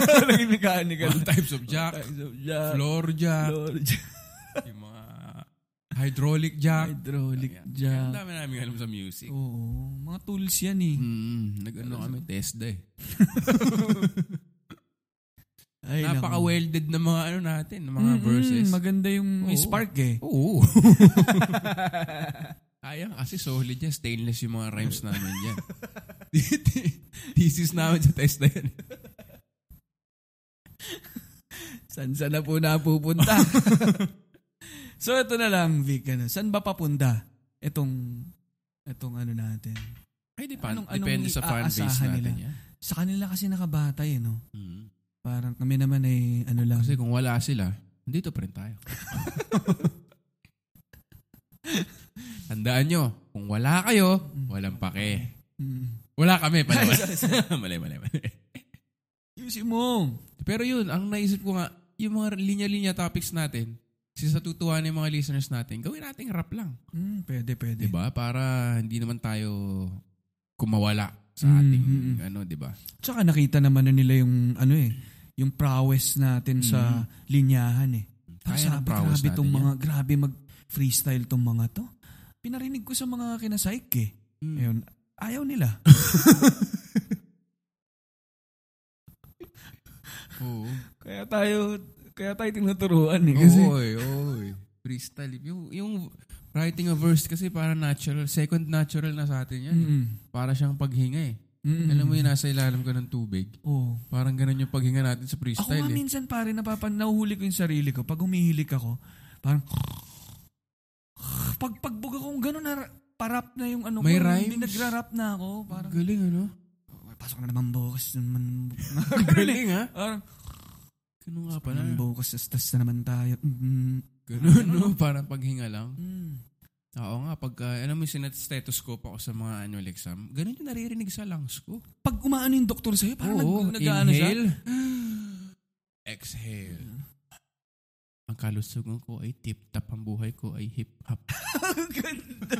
Speaker 2: Naging mechanical.
Speaker 1: All types of jack.
Speaker 2: jack.
Speaker 1: Floor jack.
Speaker 2: Floor jack.
Speaker 1: yung mga hydraulic jack.
Speaker 2: Hydraulic
Speaker 1: Ayan. Ang
Speaker 2: jack.
Speaker 1: dami namin alam sa music.
Speaker 2: Oo, mga tools yan eh.
Speaker 1: Mm, nag-ano kami, Tesla eh.
Speaker 2: Ay, naku.
Speaker 1: Napaka-welded na mga ano natin, ng mga
Speaker 2: Mm-mm,
Speaker 1: verses.
Speaker 2: Maganda yung may
Speaker 1: Oo.
Speaker 2: spark eh.
Speaker 1: Oo. Ayang kasi solid yan. Stainless yung mga rhymes namin yan. Thesis namin sa Tesla yan.
Speaker 2: San saan na po napupunta? so ito na lang Vic, ano, saan ba papunta itong itong ano natin?
Speaker 1: Ay, depend,
Speaker 2: Anong- anong
Speaker 1: depende sa fanbase
Speaker 2: iaasahan
Speaker 1: natin
Speaker 2: nila?
Speaker 1: yan.
Speaker 2: Sa kanila kasi nakabatay eh, no?
Speaker 1: Mm.
Speaker 2: Parang kami naman ay ano lang.
Speaker 1: Kasi kung wala sila, dito pa rin tayo. Tandaan nyo, kung wala kayo, walang pake.
Speaker 2: Mm.
Speaker 1: Wala kami pala. mali, mali, mali.
Speaker 2: Yusi mo.
Speaker 1: Pero yun, ang naisip ko nga, yung mga linya-linya topics natin, since natutuwa na yung mga listeners natin, gawin nating rap lang.
Speaker 2: Mm, pwede, pwede.
Speaker 1: 'Di ba Para hindi naman tayo kumawala sa
Speaker 2: Mm,
Speaker 1: ating,
Speaker 2: mm, mm.
Speaker 1: ano, 'di ba
Speaker 2: Tsaka nakita naman na nila yung ano eh, yung prowess natin sa linyahan eh.
Speaker 1: Mm. Kaya ng
Speaker 2: Sabi,
Speaker 1: prowess
Speaker 2: grabe
Speaker 1: natin
Speaker 2: tong
Speaker 1: yan.
Speaker 2: mga, grabe mag-freestyle tong mga to. Pinarinig ko sa mga kinasaik eh.
Speaker 1: Mm.
Speaker 2: Ayun, ayaw nila.
Speaker 1: Oo.
Speaker 2: kaya tayo, kaya tayo tinuturuan eh.
Speaker 1: oy, oy. Freestyle. Yung, yung writing a verse kasi para natural, second natural na sa atin yan.
Speaker 2: Mm-mm.
Speaker 1: Para siyang paghinga eh.
Speaker 2: Mm-mm.
Speaker 1: Alam mo yun, nasa ilalim ka ng tubig.
Speaker 2: Oo.
Speaker 1: Parang ganun yung paghinga natin sa
Speaker 2: Ako
Speaker 1: freestyle eh.
Speaker 2: nga minsan pare, napapan, nahuhuli ko yung sarili ko. Pag humihilik ako, parang, pag pagbog akong gano'n, na, parap na yung ano
Speaker 1: May
Speaker 2: ko.
Speaker 1: rhymes?
Speaker 2: Binagrarap na ako. Parang,
Speaker 1: Galing ano?
Speaker 2: "Oh, pasok na naman bukas. Naman,
Speaker 1: Galing ha?
Speaker 2: parang,
Speaker 1: Ganun nga pala.
Speaker 2: parang bukas, tas na naman tayo. Mm,
Speaker 1: Ganun no? Parang paghinga lang.
Speaker 2: mm.
Speaker 1: Oo nga, pagka, alam mo, sinat-stethoscope ako sa mga annual exam, ganun yung naririnig sa lungs ko.
Speaker 2: Pag umaano yung doktor sa'yo, parang
Speaker 1: Oo,
Speaker 2: nag, nag-ano siya.
Speaker 1: inhale, ano exhale. Ang kalusugan ko ay tip-tap, ang buhay ko ay hip-hop.
Speaker 2: ganda.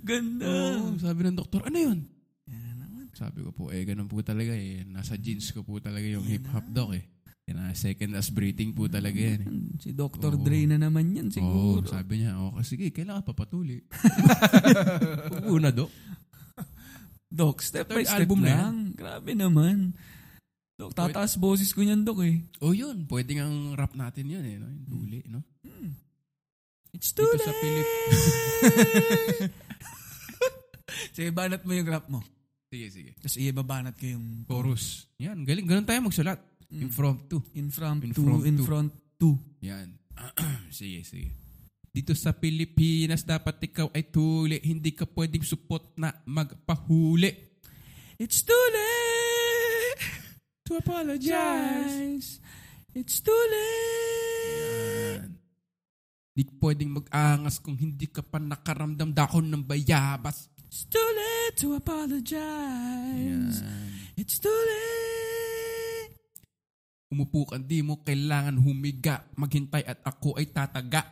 Speaker 2: Ganda.
Speaker 1: Oo, sabi ng doktor, ano yun?
Speaker 2: Yan naman.
Speaker 1: Sabi ko po, eh, ganun po talaga eh. Nasa jeans ko po talaga yung hip-hop doc eh. Yan, ah, second as breathing po talaga yan. eh.
Speaker 2: Si Dr.
Speaker 1: Oo.
Speaker 2: Dre na naman yan
Speaker 1: Oo,
Speaker 2: siguro.
Speaker 1: sabi niya, oh, sige, kailangan papatuloy. Una, doc.
Speaker 2: Doc, step by
Speaker 1: Third
Speaker 2: step
Speaker 1: album na yan.
Speaker 2: lang. Grabe naman. Doc,
Speaker 1: Pwede-
Speaker 2: tataas boses ko niyan, Doc eh.
Speaker 1: Oh, yun. Pwede ngang rap natin yun eh. No? Yung tuli, no?
Speaker 2: It's too
Speaker 1: Dito
Speaker 2: late.
Speaker 1: sa Pilip-
Speaker 2: Sige, banat mo yung rap mo.
Speaker 1: Sige, sige.
Speaker 2: Tapos ibabanat ko yung
Speaker 1: Chorus. Yan, galing. Ganun tayo magsulat.
Speaker 2: Mm.
Speaker 1: Impromptu.
Speaker 2: in front,
Speaker 1: In
Speaker 2: to,
Speaker 1: front
Speaker 2: in
Speaker 1: to.
Speaker 2: front to.
Speaker 1: Yan. sige, sige. Dito sa Pilipinas, dapat ikaw ay tuli. Hindi ka pwedeng support na magpahuli.
Speaker 2: It's too late to apologize. It's too late.
Speaker 1: Yan. Di pwedeng mag-angas kung hindi ka pa nakaramdam dahon ng bayabas.
Speaker 2: It's too late to apologize. It's too late.
Speaker 1: Umupo ka, di mo kailangan humiga. Maghintay at ako ay tataga.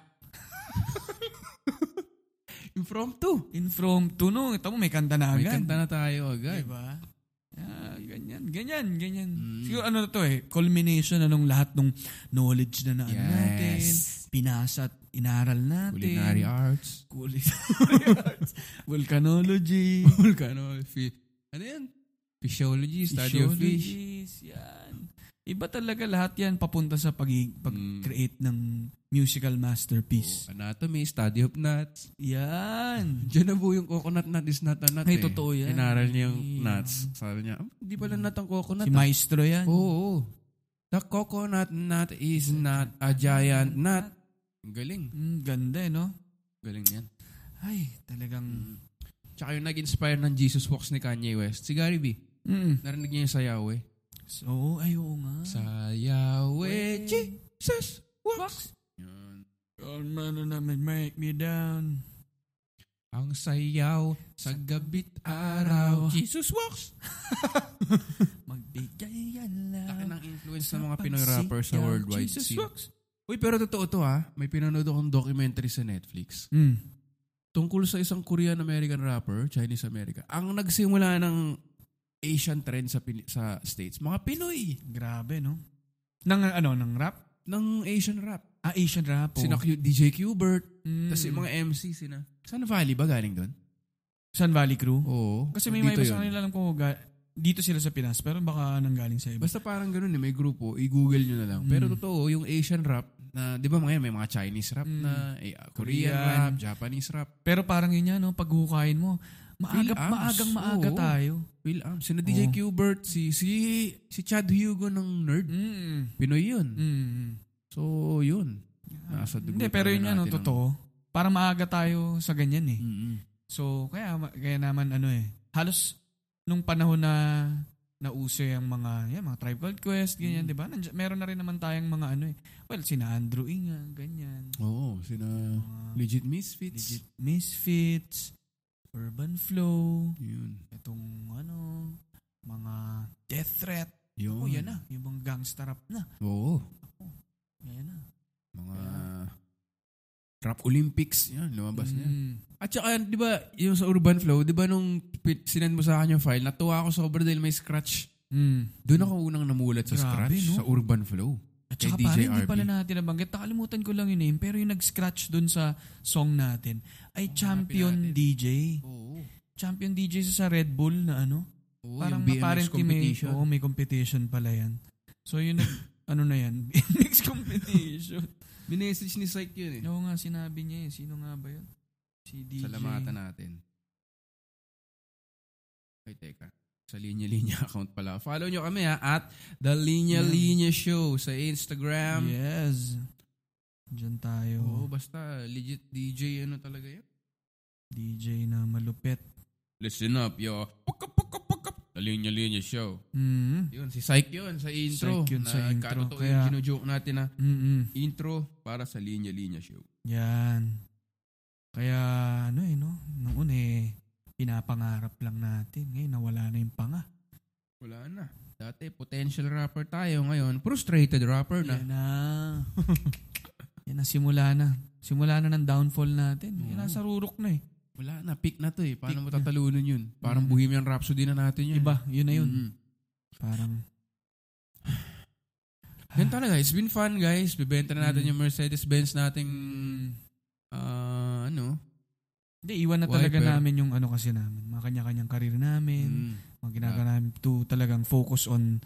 Speaker 1: Impromptu.
Speaker 2: In from to no, ito mo may kanta na
Speaker 1: May
Speaker 2: agad.
Speaker 1: kanta na tayo agad.
Speaker 2: Diba? Ah, ganyan. ganyan, ganyan.
Speaker 1: Mm.
Speaker 2: Siguro ano na to eh, culmination na nung lahat ng knowledge na na ano
Speaker 1: Yes.
Speaker 2: natin, pinasa at inaral natin.
Speaker 1: Culinary arts.
Speaker 2: Culinary arts. Volcanology.
Speaker 1: Volcanology. Ano yan? Physiology, study of fish.
Speaker 2: Physiologies, Yan. Iba talaga lahat yan papunta sa pag- pag-create ng musical masterpiece.
Speaker 1: Hmm. Oh, anatomy, study of nuts.
Speaker 2: Yan.
Speaker 1: Diyan na po yung coconut nut is not a nut
Speaker 2: Ay,
Speaker 1: eh.
Speaker 2: totoo yan.
Speaker 1: Inaral niya yung
Speaker 2: Ay.
Speaker 1: nuts. Sabi niya, "Hmm, hindi pala nut ang coconut. ah."
Speaker 2: Si Maestro yan.
Speaker 1: Oo. oo. The coconut nut is not a giant nut. Ang Galing.
Speaker 2: Mm, ganda eh, no?
Speaker 1: Galing yan.
Speaker 2: Ay, talagang...
Speaker 1: Tsaka yung nag-inspire ng Jesus Walks ni Kanye West, si Gary B.
Speaker 2: Mm.
Speaker 1: Narinig niya yung eh. sa Yahweh.
Speaker 2: So, ay, oo nga.
Speaker 1: Sa Yahweh, Jesus Walks.
Speaker 2: Walks.
Speaker 1: Yun.
Speaker 2: Oh, man, naman, make me down.
Speaker 1: Ang sayaw sa gabit araw. Jesus Walks.
Speaker 2: Magbigay yan lang.
Speaker 1: Laki ng influence ng mga Pinoy rappers sa worldwide
Speaker 2: Jesus
Speaker 1: scene.
Speaker 2: walks.
Speaker 1: Uy, pero totoo to ha. May pinanood akong documentary sa Netflix.
Speaker 2: Mm.
Speaker 1: Tungkol sa isang Korean-American rapper, Chinese-American, ang nagsimula ng Asian trend sa, Pin- sa States, mga Pinoy
Speaker 2: Grabe, no? Nang ano, ng rap?
Speaker 1: ng Asian rap. Oh. Hmm.
Speaker 2: Ah, Asian rap.
Speaker 1: Sina Q- DJ Qbert,
Speaker 2: Mm.
Speaker 1: Tapos yung mga MC sina. San Valley ba galing doon?
Speaker 2: San Valley Crew?
Speaker 1: Oo.
Speaker 2: Kasi may
Speaker 1: Dito
Speaker 2: may iba sa
Speaker 1: yun.
Speaker 2: kanila alam ko ga- dito sila sa Pinas pero baka nanggaling sa iba.
Speaker 1: Basta parang ganun eh, may grupo, i-google nyo na lang. Pero
Speaker 2: Mm.
Speaker 1: totoo, yung Asian rap, na, di ba mga yan, may mga Chinese rap
Speaker 2: Mm.
Speaker 1: na, eh, Korean,
Speaker 2: Korean.
Speaker 1: rap, Japanese rap.
Speaker 2: Pero parang yun yan, no? paghukayin mo. Maaga,
Speaker 1: Feel arms.
Speaker 2: maagang maaga
Speaker 1: Oo.
Speaker 2: tayo.
Speaker 1: Will ah, Am, sina DJ
Speaker 2: Oo.
Speaker 1: Qbert, si, si, si Chad Hugo ng Nerd.
Speaker 2: Mm.
Speaker 1: Pinoy yun.
Speaker 2: Mm.
Speaker 1: So, yun. Nasa dugo
Speaker 2: Hindi, pero
Speaker 1: talaga
Speaker 2: yun yan, no?
Speaker 1: natin ano? Mm. ang-
Speaker 2: totoo. Parang maaga tayo sa ganyan eh.
Speaker 1: Mm-mm.
Speaker 2: So, kaya, ma- kaya naman ano eh. Halos nung panahon na nauso yung mga, yan, mga Tribe Called Quest, ganyan, di ba? Nandiyan- meron na rin naman tayong mga ano eh. Well, sina Andrew Inga, ganyan.
Speaker 1: Oo, sina
Speaker 2: Mga
Speaker 1: Legit Misfits.
Speaker 2: Legit Misfits, Urban Flow,
Speaker 1: Yun.
Speaker 2: itong ano, mga death threat.
Speaker 1: Yun.
Speaker 2: Oh, yan na. Yung mga gangster rap na.
Speaker 1: Oo.
Speaker 2: Yan na.
Speaker 1: Mga
Speaker 2: Yeah.
Speaker 1: Rap Olympics, yan, lumabas na yan.
Speaker 2: Mm.
Speaker 1: At saka, di ba, yung sa Urban Flow, di ba nung pin- sinend mo sa akin yung file, natuwa ako sobra dahil may scratch.
Speaker 2: Mm.
Speaker 1: Doon ako unang namulat sa
Speaker 2: Grabe,
Speaker 1: scratch
Speaker 2: no?
Speaker 1: sa Urban Flow.
Speaker 2: At
Speaker 1: Kay
Speaker 2: saka
Speaker 1: DJ
Speaker 2: parang hindi
Speaker 1: RB.
Speaker 2: pala natin nabanggit. Nakalimutan ko lang yung name. Pero yung nag-scratch dun sa song natin ay
Speaker 1: Oh,
Speaker 2: Champion
Speaker 1: hanapin natin.
Speaker 2: DJ.
Speaker 1: Oo.
Speaker 2: Champion DJ sa sa Red Bull na ano.
Speaker 1: Oo, Oh,
Speaker 2: parang
Speaker 1: yung BMX
Speaker 2: apparently
Speaker 1: competition.
Speaker 2: May, oo, may competition pala yan. So yun, nag- ano na yan? BMX competition.
Speaker 1: Minessage ni Syke yun eh.
Speaker 2: Oo nga, sinabi niya eh. Sino nga ba yun? Si DJ.
Speaker 1: Salamatan natin. Ay, teka. Sa Linya Linya account pala. Follow nyo kami ha, at The Linya
Speaker 2: Yeah.
Speaker 1: Linya Show sa Instagram.
Speaker 2: Yes. Um, Diyan tayo.
Speaker 1: Oo, basta legit DJ ano talaga yun.
Speaker 2: DJ na malupet.
Speaker 1: Listen up, yo. Puka, puka, puka. The Linya Linya Show.
Speaker 2: Mm.
Speaker 1: Yun, si Psyche yun sa intro.
Speaker 2: Psyche yun sa
Speaker 1: na,
Speaker 2: intro,
Speaker 1: Katotoo
Speaker 2: kaya-
Speaker 1: yung ginujoke natin na
Speaker 2: Mm-mm.
Speaker 1: intro para sa linya-linya show.
Speaker 2: Mm-hmm. Yan. Kaya ano eh no, noon eh pinapangarap lang natin. Ngayon nawala na yung panga.
Speaker 1: Wala na. Dati potential rapper tayo ngayon. Frustrated rapper Ano na.
Speaker 2: Yan na. Yan na simula na. Simula na ng downfall natin.
Speaker 1: Oo.
Speaker 2: Yan nasa rurok na eh.
Speaker 1: Wala na. Peak na to eh. Paano
Speaker 2: Peak
Speaker 1: mo
Speaker 2: na.
Speaker 1: tatalunan yun? Parang
Speaker 2: Mm.
Speaker 1: Bohemian Rhapsody na natin yun. Mm-hmm.
Speaker 2: Iba, yun na yun.
Speaker 1: Mm-mm.
Speaker 2: Parang
Speaker 1: Yan talaga. It's been fun guys. Bibenta na natin
Speaker 2: Mm.
Speaker 1: yung Mercedes-Benz nating Mm. ah, ano.
Speaker 2: hindi, iwan na
Speaker 1: Why,
Speaker 2: talaga
Speaker 1: pero-
Speaker 2: namin yung ano kasi namin. Mga kanya-kanyang karir namin.
Speaker 1: Mm.
Speaker 2: Mga ginagawa namin to talagang focus on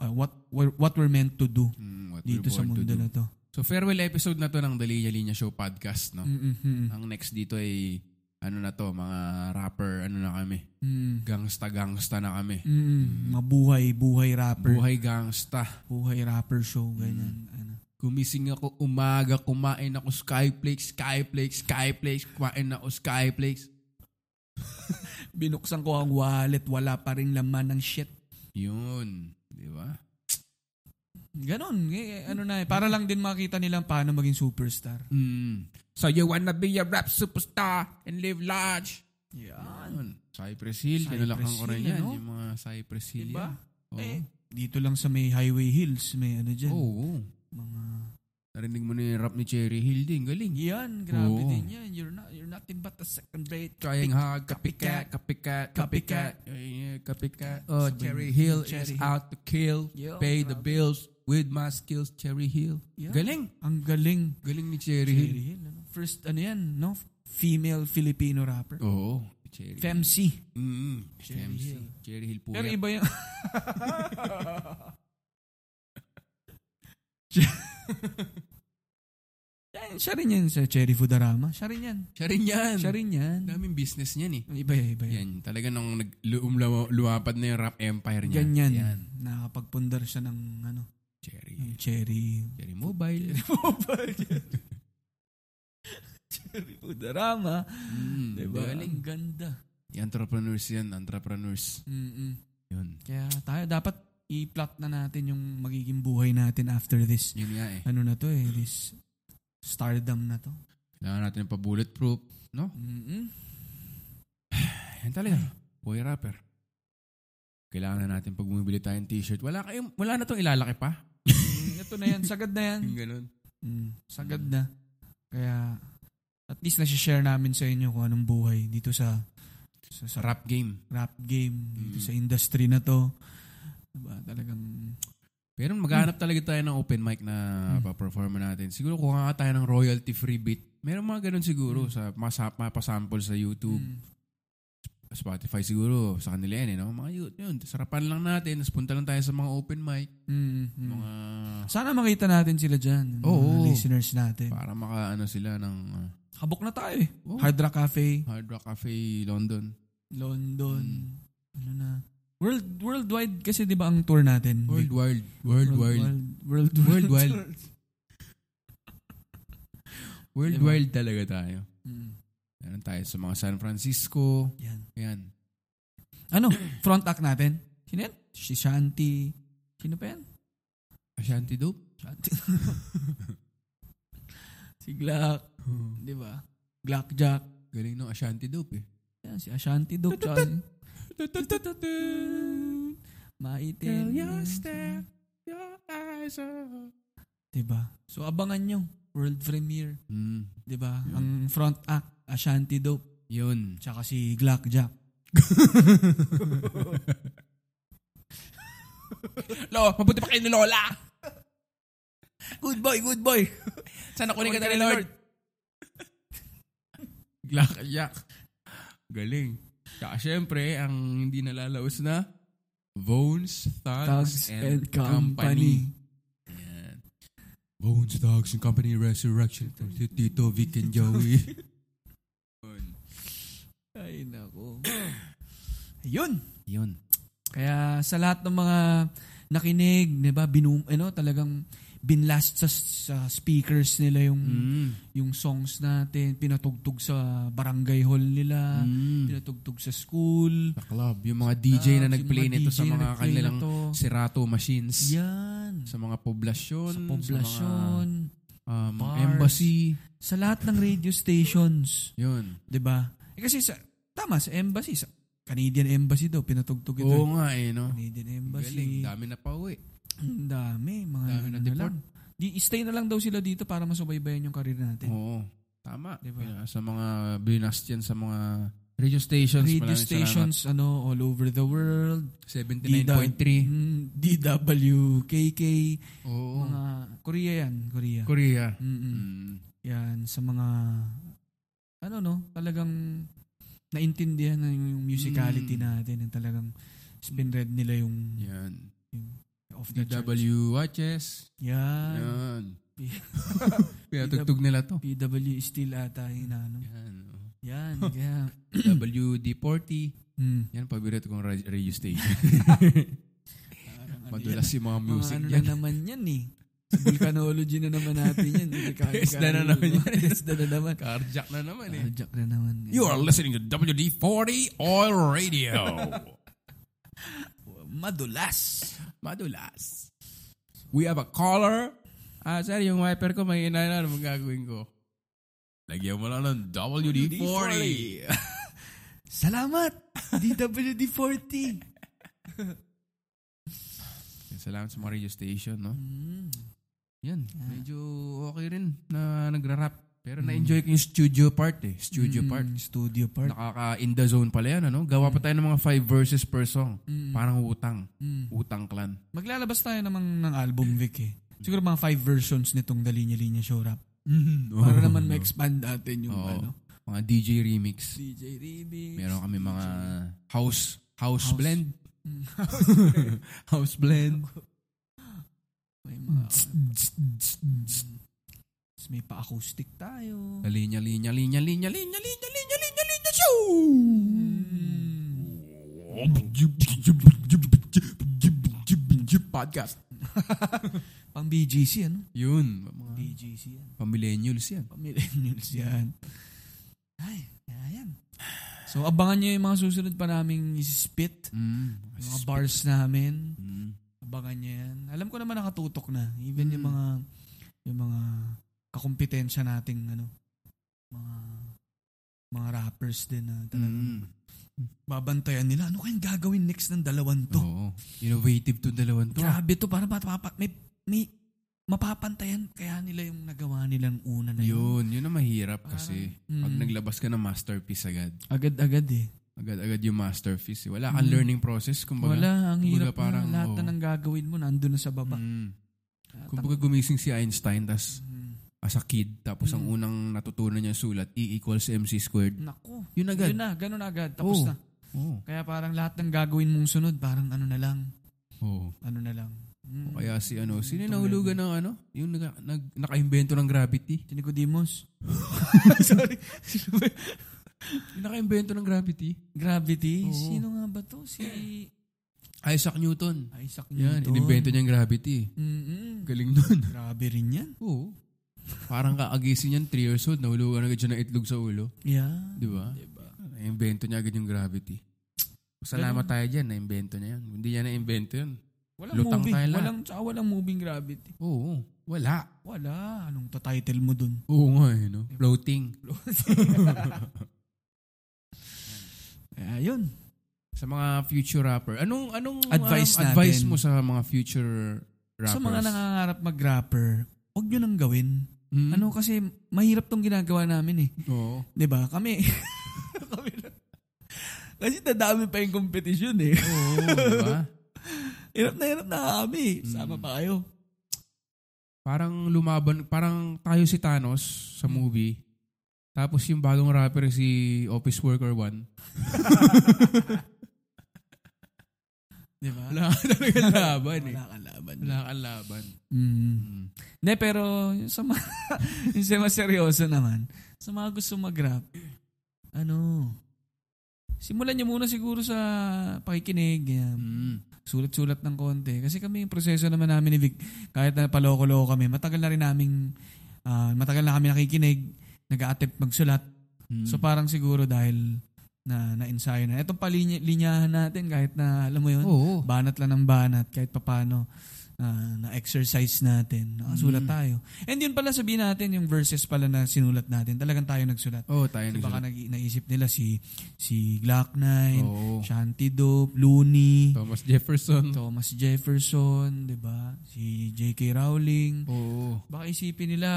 Speaker 2: uh, what we're, what we're meant to do
Speaker 1: Mm, what
Speaker 2: dito
Speaker 1: we're
Speaker 2: sa
Speaker 1: born to
Speaker 2: mundo
Speaker 1: do.
Speaker 2: na to.
Speaker 1: So farewell episode na to ng The Linya Linya Show podcast. No?
Speaker 2: Mm, mm,
Speaker 1: Ang next dito ay ano na to, mga rapper, ano na kami.
Speaker 2: mm, mm.
Speaker 1: Gangsta-gangsta na kami.
Speaker 2: Mm, mabuhay, buhay rapper.
Speaker 1: Buhay
Speaker 2: Buhay,
Speaker 1: Mm. gangsta.
Speaker 2: rapper show, ganyan. Ano.
Speaker 1: Gumising ako umaga, kumain ako Skyflakes, Skyflakes, Skyflakes, kumain ako Skyflakes.
Speaker 2: Binuksan ko ang wallet, wala pa rin laman ng shit.
Speaker 1: Yun, di ba?
Speaker 2: Ganon, eh, eh, ano na eh. Para lang din makita nila paano maging superstar.
Speaker 1: Mm. So you wanna be a rap superstar and live large.
Speaker 2: Yan.
Speaker 1: Yun. Cypress Hill, Eh,
Speaker 2: Cypress
Speaker 1: kinulakan ko rin
Speaker 2: Hill,
Speaker 1: yan.
Speaker 2: ano?
Speaker 1: Yung mga Cypress Hill
Speaker 2: Diba?
Speaker 1: yan. Oh. Oo. Oh.
Speaker 2: Eh, dito lang sa may Highway Hills, may ano dyan.
Speaker 1: Oo.
Speaker 2: Mga
Speaker 1: Narinig mo na yung rap ni Cherry Hill din. Galing.
Speaker 2: Yan, grabe
Speaker 1: Oo.
Speaker 2: din yan. You're not you're nothing but a second rate.
Speaker 1: Trying hard, copycat, copycat, copycat, yeah, copycat. Oh,
Speaker 2: Sabi
Speaker 1: Cherry
Speaker 2: ni
Speaker 1: Hill
Speaker 2: Cherry
Speaker 1: is
Speaker 2: Hill.
Speaker 1: out to kill,
Speaker 2: Yo,
Speaker 1: pay the
Speaker 2: grabe.
Speaker 1: bills with my skills, Cherry Hill.
Speaker 2: Yeah.
Speaker 1: Galing.
Speaker 2: Ang galing.
Speaker 1: Galing ni Cherry,
Speaker 2: Cherry Hill. ano? First, ano yan, no? Female Filipino rapper.
Speaker 1: Hill. Oo, Cherry
Speaker 2: Femc.
Speaker 1: Mm,
Speaker 2: Cherry
Speaker 1: Cherry Hill.
Speaker 2: Hill.
Speaker 1: Cherry Hill po
Speaker 2: Pero
Speaker 1: yan.
Speaker 2: iba yung... Yan, siya rin yan sa Cherry Fudarama. Siya rin yan.
Speaker 1: Siya rin yan.
Speaker 2: Siya rin yan.
Speaker 1: Ang daming business niyan eh.
Speaker 2: Iba yan, iba yan.
Speaker 1: Yan, talaga nung nag, lumlaw- luwapad na yung rap empire niya.
Speaker 2: Ganyan.
Speaker 1: Yan.
Speaker 2: Nakakapagpundar siya ng ano,
Speaker 1: Cherry Hill.
Speaker 2: ng Cherry.
Speaker 1: Cherry Mobile.
Speaker 2: Cherry Fudarama.
Speaker 1: Mm,
Speaker 2: Diba?
Speaker 1: Galing.
Speaker 2: Ang ganda.
Speaker 1: Entrepreneurs yan, entrepreneurs.
Speaker 2: Mm-mm.
Speaker 1: Yun.
Speaker 2: Kaya tayo dapat i-plot na natin yung magiging buhay natin after this.
Speaker 1: Yun nga eh.
Speaker 2: Ano na to eh, this stardom na to.
Speaker 1: Kailangan natin ng pa-bulletproof.
Speaker 2: Mm-mm.
Speaker 1: Yan talaga. Boy rapper. Kailangan na natin pag bumibili tayong t-shirt. Wala, kayong, wala na itong ilalaki pa.
Speaker 2: Mm, Ito na yan, sagad na yan.
Speaker 1: Yung ganun.
Speaker 2: Mm, sagad na. Kaya at least nasi-share namin sa inyo kung anong buhay dito sa sa,
Speaker 1: Sa
Speaker 2: sa
Speaker 1: rap
Speaker 2: rap,
Speaker 1: game.
Speaker 2: rap game, dito
Speaker 1: Mm.
Speaker 2: sa industry na to. Diba, talagang
Speaker 1: Pero maghanap talaga tayo ng open mic na
Speaker 2: Hmm.
Speaker 1: pa-perform natin. Siguro kuha nga tayo ng royalty-free beat. Meron mga ganun siguro sa masa, mapasample sa YouTube,
Speaker 2: mm,
Speaker 1: Spotify siguro, sa kanila yan eh. No? Mga yun, yun. Sarapan lang natin. Tapos punta lang tayo sa mga open mic.
Speaker 2: mm, mm.
Speaker 1: Mga...
Speaker 2: Sana makita natin sila dyan, mga
Speaker 1: Oo.
Speaker 2: listeners natin.
Speaker 1: Para makaano sila ng ah,
Speaker 2: Habok na tayo eh.
Speaker 1: oh,
Speaker 2: Hard Rock Cafe,
Speaker 1: Hard Rock Cafe London.
Speaker 2: London, ano na. World worldwide kasi 'di ba ang tour natin?
Speaker 1: World Wild. World Wild.
Speaker 2: World
Speaker 1: World
Speaker 2: world
Speaker 1: wide.
Speaker 2: tour.
Speaker 1: World
Speaker 2: Diba?
Speaker 1: Wild talaga tayo.
Speaker 2: Mm,
Speaker 1: Meron tayo sa mga San Francisco.
Speaker 2: yan.
Speaker 1: Yan.
Speaker 2: Ano? Front act natin? Sino yan? Si Shanti. Sino pa yan?
Speaker 1: Ashanti Dope.
Speaker 2: Shanti. si Glock. Di ba? Glock Jack.
Speaker 1: Galing no, Ashanti Dope eh.
Speaker 2: Yan, si Ashanti Duke. tsaka si- Maitin.
Speaker 1: your eyes are...
Speaker 2: Di ba? So abangan nyo. World premiere.
Speaker 1: Mm.
Speaker 2: Di ba? Ang front act. Ashanti Dope.
Speaker 1: Yun.
Speaker 2: Tsaka si Glock Jack.
Speaker 1: Lo, mabuti pa kayo ni Lola!
Speaker 2: Good boy, good boy.
Speaker 1: Sana kunin ka na ni Lord. Glock yak. Galing. Tsaka syempre, ang hindi nalalaos na Bones, Thugs,
Speaker 2: Thugs
Speaker 1: and,
Speaker 2: and
Speaker 1: Company.
Speaker 2: Company.
Speaker 1: Yan. Bones, Dogs, and Company Resurrection from Tito Vic and Joey.
Speaker 2: Ay, nako. Ayun.
Speaker 1: Yun.
Speaker 2: Kaya sa lahat ng mga nakinig, 'di ba, binum ano, talagang binlast sa, sa speakers nila yung
Speaker 1: Mm.
Speaker 2: yung songs natin, pinatugtog sa barangay hall
Speaker 1: Hmm. Ah,
Speaker 2: nila,
Speaker 1: Mm.
Speaker 2: pinatugtog sa school.
Speaker 1: Sa club. Yung mga DJ na
Speaker 2: Yung
Speaker 1: nagplay
Speaker 2: mga
Speaker 1: nito sa
Speaker 2: DJ na
Speaker 1: mga
Speaker 2: nagplay
Speaker 1: kanilang
Speaker 2: nito.
Speaker 1: Serato machines.
Speaker 2: Yan.
Speaker 1: Sa mga poblasyon.
Speaker 2: Sa poblasyon,
Speaker 1: Sa mga, um,
Speaker 2: bars.
Speaker 1: embassy.
Speaker 2: sa lahat ng radio stations,
Speaker 1: Yun.
Speaker 2: 'di ba? Eh kasi sa tama sa embassy, sa Canadian embassy daw pinatugtog ito.
Speaker 1: Oo nga eh, no?
Speaker 2: Canadian
Speaker 1: Galing.
Speaker 2: embassy.
Speaker 1: Dami na pa uwi.
Speaker 2: Ang dami. Mga
Speaker 1: Dami na
Speaker 2: ano
Speaker 1: deport.
Speaker 2: lang. Di, stay na lang daw sila dito para masubaybayan yung karir natin.
Speaker 1: Oo. Tama.
Speaker 2: Diba?
Speaker 1: Kaya Sa mga binast yan sa mga radio stations.
Speaker 2: Radio
Speaker 1: Maraming
Speaker 2: stations, ano, all over the world.
Speaker 1: salamat. 79.3.
Speaker 2: Mm, DWKK.
Speaker 1: Oo.
Speaker 2: Mga, Hmm. Korea yan, Korea.
Speaker 1: Korea.
Speaker 2: Mm-mm.
Speaker 1: Mm.
Speaker 2: Yan, sa mga, ano no, talagang naintindihan na yung, yung musicality
Speaker 1: Mm.
Speaker 2: natin. Yung talagang spinred nila yung
Speaker 1: Yan.
Speaker 2: off the charts.
Speaker 1: DW Watches.
Speaker 2: Yan.
Speaker 1: Yan.
Speaker 2: P-
Speaker 1: Pinatugtog nila to.
Speaker 2: PW still ata inaano.
Speaker 1: Yan. oh.
Speaker 2: Yan, kaya.
Speaker 1: WD40.
Speaker 2: Mm.
Speaker 1: Yan, paborito kong ra- radio station.
Speaker 2: Parang ano
Speaker 1: Madulas yung mga
Speaker 2: yan.
Speaker 1: music
Speaker 2: Mga ano
Speaker 1: yan.
Speaker 2: na naman yan eh. Sa Volcanology na naman natin yan.
Speaker 1: Desda na naman yan.
Speaker 2: Desda na naman.
Speaker 1: Carjack na naman eh.
Speaker 2: Kajak na naman. yan.
Speaker 1: You are listening to WD40 Oil Radio.
Speaker 2: Madulas.
Speaker 1: Madulas. We have a caller. Ah, sir, yung wiper ko may inana. Ano magagawin ko? Lagyan mo lang ng WD40.
Speaker 2: Salamat! DWD40!
Speaker 1: Salamat sa mga radio station, no?
Speaker 2: Mm.
Speaker 1: Yan, medyo okay rin na nagra-rap. Pero na-enjoy ko yung studio part eh. Studio
Speaker 2: Mm,
Speaker 1: part.
Speaker 2: Studio part.
Speaker 1: Nakaka-in the zone pala yan, ano? Gawa pa tayo ng mga five verses per song.
Speaker 2: Mm.
Speaker 1: Parang utang.
Speaker 2: Mm.
Speaker 1: Utang clan.
Speaker 2: Maglalabas tayo namang ng album, Vic eh. Siguro mga five versions nitong Dalinya Linya Show Rap. Para naman ma-expand natin yung
Speaker 1: Oo.
Speaker 2: ano.
Speaker 1: Mga DJ remix.
Speaker 2: DJ Ribi.
Speaker 1: Meron kami mga house house,
Speaker 2: House.
Speaker 1: blend.
Speaker 2: Mm.
Speaker 1: house blend.
Speaker 2: May mga... Tapos may pa-acoustic tayo.
Speaker 1: Linya, linya, linya, linya, linya, linya, linya, linya, linya, show!
Speaker 2: Mm.
Speaker 1: Podcast.
Speaker 2: Pang BGC, ano?
Speaker 1: Yun. Mga
Speaker 2: BGC yan.
Speaker 1: pamillennials yan.
Speaker 2: Pang millennials yan. Ay, kaya yan. So, abangan nyo yung mga susunod pa naming spit.
Speaker 1: Mm.
Speaker 2: Yung mga bars namin.
Speaker 1: Mm.
Speaker 2: Abangan nyo yan. Alam ko naman nakatutok na. Even
Speaker 1: Hmm.
Speaker 2: yung mga yung mga kakumpetensya nating ano mga mga rappers din na talagang
Speaker 1: Mm.
Speaker 2: babantayan nila. Ano kayang gagawin next ng dalawang to?
Speaker 1: Oo. Innovative to dalawang to.
Speaker 2: Grabe to. Para mapapa, may, may mapapantayan kaya nila yung nagawa nilang una na yun.
Speaker 1: Yun. Yun ang mahirap kasi.
Speaker 2: Mm.
Speaker 1: Pag naglabas ka ng masterpiece agad,
Speaker 2: Agad-agad eh.
Speaker 1: agad-agad yung masterpiece. eh. Wala kang learning process. Kumbaga,
Speaker 2: Mm. Wala. Ang
Speaker 1: Kumbaga
Speaker 2: hirap
Speaker 1: parang,
Speaker 2: na. Lahat na
Speaker 1: oo.
Speaker 2: nang gagawin mo, nandun na sa baba.
Speaker 1: Mm.
Speaker 2: Ano Ah,
Speaker 1: Kumbaga gumising si Einstein tas
Speaker 2: Mm.
Speaker 1: as a kid tapos ang unang natutunan niya sulat E equals MC squared.
Speaker 2: Naku.
Speaker 1: Yun agad.
Speaker 2: Yun na. Ganun agad. Tapos
Speaker 1: Oo.
Speaker 2: na.
Speaker 1: Oo.
Speaker 2: Kaya parang lahat ng gagawin mong sunod, parang ano na lang.
Speaker 1: Oo.
Speaker 2: Ano na lang. Mm.
Speaker 1: Oh. O kaya si ano, sino yung nahulugan ng ano? Yung naka, nag, naka-invento ng gravity.
Speaker 2: Demos. Sorry.
Speaker 1: Yung naka-invento ng gravity.
Speaker 2: Gravity?
Speaker 1: Oo.
Speaker 2: Sino nga ba to? Si
Speaker 1: Isaac Newton.
Speaker 2: Isaac
Speaker 1: Yan,
Speaker 2: Newton.
Speaker 1: inimbento niya yung gravity.
Speaker 2: Mm-mm.
Speaker 1: Galing nun.
Speaker 2: Grabe rin yan.
Speaker 1: Oo. Parang kaagising niyan, 3 years old, nahulugan agad siya ng itlog sa ulo.
Speaker 2: Yeah.
Speaker 1: Di ba? Na-invento niya agad yung gravity. Salamat tayo dyan, na-invento niya yan. Hindi niya na-invento yun.
Speaker 2: Walang
Speaker 1: Lutang
Speaker 2: movie.
Speaker 1: tayo lahat.
Speaker 2: Walang, tsaka walang moving gravity.
Speaker 1: Oo. Wala.
Speaker 2: Wala. Anong title mo dun?
Speaker 1: Oo nga eh, no? Floating.
Speaker 2: Ayun.
Speaker 1: Sa mga future rapper. Anong anong
Speaker 2: Advice
Speaker 1: um, advice
Speaker 2: natin.
Speaker 1: mo sa mga future rappers?
Speaker 2: Sa mga nangangarap mag-rapper, huwag nyo nang gawin.
Speaker 1: Hmm?
Speaker 2: Ano kasi, mahirap tong ginagawa namin eh.
Speaker 1: Oo.
Speaker 2: 'Di ba? Kami kami lang. Kasi dadami pa yung competition eh.
Speaker 1: Oo, di ba?
Speaker 2: Hirap na hirap na kami. Sama pa kayo.
Speaker 1: Parang lumaban, parang tayo si Thanos sa movie. Tapos yung bagong rapper si Office Worker 1.
Speaker 2: 'Di ba?
Speaker 1: Wala ka talaga laban eh.
Speaker 2: Wala kang laban.
Speaker 1: Wala kang laban.
Speaker 2: Mm.
Speaker 1: Mm.
Speaker 2: Hindi, pero yung sa mga, yung sa mga seryoso naman, sa mga gusto mag-rap, ano, simulan niyo muna siguro sa pakikinig, ganyan.
Speaker 1: Mm.
Speaker 2: sulat-sulat ng konti. Kasi kami, yung proseso naman namin ni Vic, kahit na paloko-loko kami, matagal na rin naming, ah, matagal na kami nakikinig, nag-attempt magsulat.
Speaker 1: Mm.
Speaker 2: So parang siguro dahil na na-ensayo na. Itong palinyahan natin kahit na, alam mo yun,
Speaker 1: Oo.
Speaker 2: banat lang ng banat kahit papano ah, na-exercise natin.
Speaker 1: Mm.
Speaker 2: Nakasulat tayo. And yun pala sabihin natin, yung verses pala na sinulat natin, talagang tayo nagsulat.
Speaker 1: Oo, tayo
Speaker 2: Kasi baka
Speaker 1: nagsulat.
Speaker 2: nag naisip nila si si Glock 9,
Speaker 1: Oo.
Speaker 2: Shanty Dope, Looney,
Speaker 1: Thomas Jefferson.
Speaker 2: Thomas Jefferson, 'di ba? Si J.K. Rowling.
Speaker 1: Oo.
Speaker 2: Baka isipin nila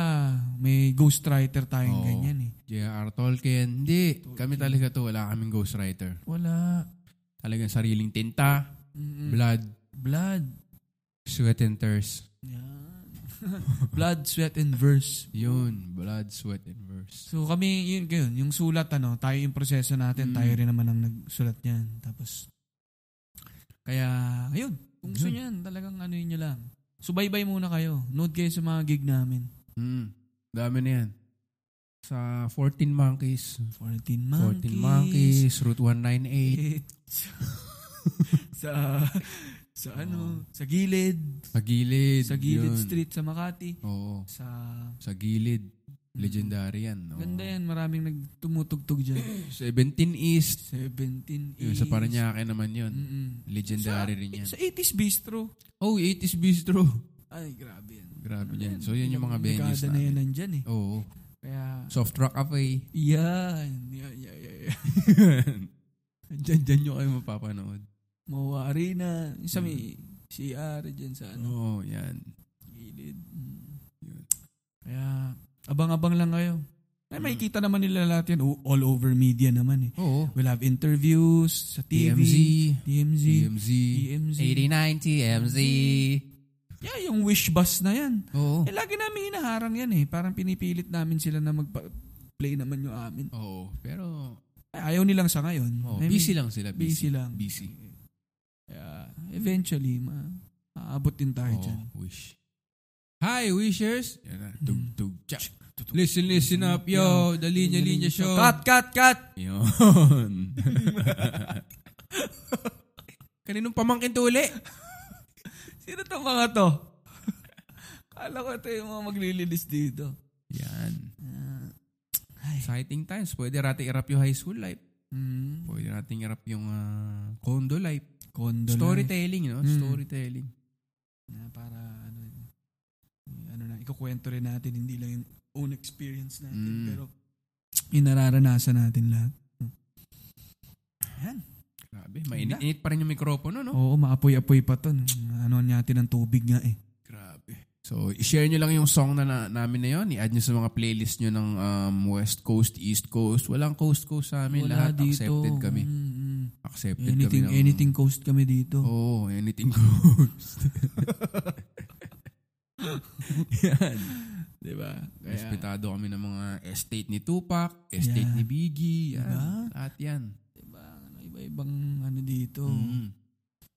Speaker 2: may ghostwriter tayong
Speaker 1: Oo.
Speaker 2: ganyan eh.
Speaker 1: J.R. Tolkien. Hindi. Kami talaga to. Wala kaming ghostwriter.
Speaker 2: Wala.
Speaker 1: Talagang sariling tinta,
Speaker 2: Mm-mm.
Speaker 1: blood,
Speaker 2: Blood.
Speaker 1: sweat and thirst.
Speaker 2: Yan. Blood, sweat, and verse.
Speaker 1: Yun. Blood, sweat and verse.
Speaker 2: So kami, yun, yun, yung sulat, ano, tayo yung proseso
Speaker 1: Mm.
Speaker 2: natin, tayo rin naman ang nagsulat niyan. Tapos, kaya, ayun, kung gusto niyan, talagang ano yun nyo lang. Subaybay muna kayo. Nood kayo sa mga gig namin.
Speaker 1: Mm. Dami na yan. Sa 14 Monkeys,
Speaker 2: 14
Speaker 1: 14
Speaker 2: Monkeys.
Speaker 1: Monkeys, Route 198,
Speaker 2: sa, sa ano, sa Gilid.
Speaker 1: sa gilid.
Speaker 2: Sa Gilid
Speaker 1: Oh. Yun.
Speaker 2: Street, sa Makati.
Speaker 1: Oo.
Speaker 2: Sa,
Speaker 1: Sa gilid. Legendary yan. Oo.
Speaker 2: ganda yan, maraming nagtumutugtog dyan.
Speaker 1: 17 East.
Speaker 2: 17
Speaker 1: Yun,
Speaker 2: is.
Speaker 1: sa Paranaque naman yun.
Speaker 2: Mm-mm.
Speaker 1: Legendary rin yan.
Speaker 2: Sa 80s Bistro.
Speaker 1: Oh, 80s Bistro.
Speaker 2: Ay, grabe yan.
Speaker 1: Grabe yan. So, yun yung mga venues
Speaker 2: na yan
Speaker 1: natin.
Speaker 2: nandyan eh.
Speaker 1: Oo.
Speaker 2: Kaya,
Speaker 1: Soft Rock Cafe.
Speaker 2: yan. Yan, yan, yan. yan.
Speaker 1: dyan, dyan nyo kayo mapapanood.
Speaker 2: Mawa
Speaker 1: Mm.
Speaker 2: Arena. Yung Sa may CR dyan sa ano,
Speaker 1: Oo, yan.
Speaker 2: gilid. Mm. Kaya, abang-abang lang kayo.
Speaker 1: Mm.
Speaker 2: Ay, makikita naman nila lahat yan. O- All over media naman eh.
Speaker 1: Oo.
Speaker 2: We'll have interviews sa TV.
Speaker 1: TMZ.
Speaker 2: TMZ.
Speaker 1: TMZ.
Speaker 2: TMZ.
Speaker 1: 89 TMZ.
Speaker 2: Yeah, yung wish bus na yan.
Speaker 1: Oo.
Speaker 2: Eh, lagi namin hinaharang yan eh. Parang pinipilit namin sila na magpa-play naman yung amin.
Speaker 1: Oo. Pero,
Speaker 2: Ay, Ayaw nilang sa ngayon.
Speaker 1: oo,
Speaker 2: I mean,
Speaker 1: Oh, busy lang sila. Busy.
Speaker 2: Busy lang.
Speaker 1: Busy.
Speaker 2: Yeah. Eventually, ma aabot din tayo
Speaker 1: Oo,
Speaker 2: dyan.
Speaker 1: wish. Hi, wishers! Yan na. Tug,
Speaker 2: Mm.
Speaker 1: Mm-hmm. tug, tsak. Listen, listen up, yo. The Linya Linya Show.
Speaker 2: Cut, cut, cut!
Speaker 1: Yun. Kaninong pamangkin to uli?
Speaker 2: Sino tong mga to? Kala ko ito yung mga maglililis dito.
Speaker 1: Yan.
Speaker 2: Ay.
Speaker 1: Exciting times. Pwede natin irap yung high school life.
Speaker 2: Mm.
Speaker 1: Pwede natin irap yung ah, condo life.
Speaker 2: Condo life.
Speaker 1: Storytelling, no?
Speaker 2: Mm.
Speaker 1: Storytelling.
Speaker 2: Na para ano, ano na, ikukwento rin natin, hindi lang yung own experience natin,
Speaker 1: Mm.
Speaker 2: pero yung nararanasan natin lahat.
Speaker 1: Grabe. Mainit-init pa rin yung mikropono, no?
Speaker 2: Oo, maapoy-apoy pa to. Ano natin ng tubig nga eh.
Speaker 1: Grabe. So, i-share nyo lang yung song na, na- namin na yun. I-add nyo sa mga playlist nyo ng um, West Coast, East Coast. Walang Coast Coast sa amin. Lahat accepted kami.
Speaker 2: Mm, mm.
Speaker 1: Accepted
Speaker 2: Anything,
Speaker 1: kami. ng-
Speaker 2: anything coast kami dito.
Speaker 1: Oo, oh, anything goes. Yan. Diba?
Speaker 2: Kaya-
Speaker 1: Respetado kami ng mga estate ni Tupac, estate
Speaker 2: Yeah.
Speaker 1: ni Biggie, yan.
Speaker 2: Diba?
Speaker 1: Lahat yan.
Speaker 2: Diba? Ano, iba-ibang ano dito.
Speaker 1: Mm.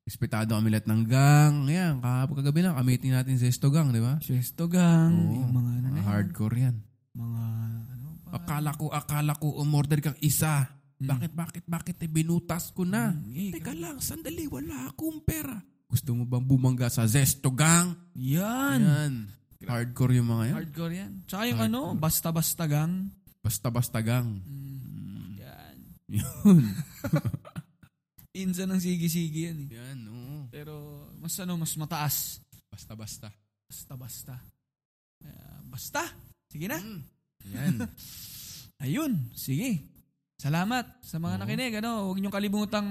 Speaker 1: Respetado kami lahat ng gang. Yan, kahapon kagabi lang, kamiting natin sa Esto Gang, di ba?
Speaker 2: Chesto gang,
Speaker 1: Oo,
Speaker 2: yung mga ano na
Speaker 1: mga
Speaker 2: yan.
Speaker 1: hardcore yan.
Speaker 2: Mga ano pa.
Speaker 1: Akala ko, akala ko, umorder kang isa.
Speaker 2: Mm.
Speaker 1: Bakit, bakit, bakit? Eh, binutas ko na.
Speaker 2: Mm, eh,
Speaker 1: Teka lang, sandali, wala akong pera. Hmm, Gusto mo bang bumangga sa Zesto Gang?
Speaker 2: Yan.
Speaker 1: Yan. Hardcore yung mga yan.
Speaker 2: Hardcore yan. Tsaka yung ano, basta-basta gang.
Speaker 1: Basta-basta gang. Hmm.
Speaker 2: Yan.
Speaker 1: Mm-hmm. Yun.
Speaker 2: Pinsan ng sige-sige yan eh.
Speaker 1: Yan, oo.
Speaker 2: Pero mas ano, mas mataas.
Speaker 1: Basta-basta.
Speaker 2: Basta-basta. Ah, basta. Sige na.
Speaker 1: Eh. Hmm. Yan.
Speaker 2: Ayun. Sige. Salamat sa mga
Speaker 1: Oo.
Speaker 2: nakinig. Ano, huwag niyong kalimutang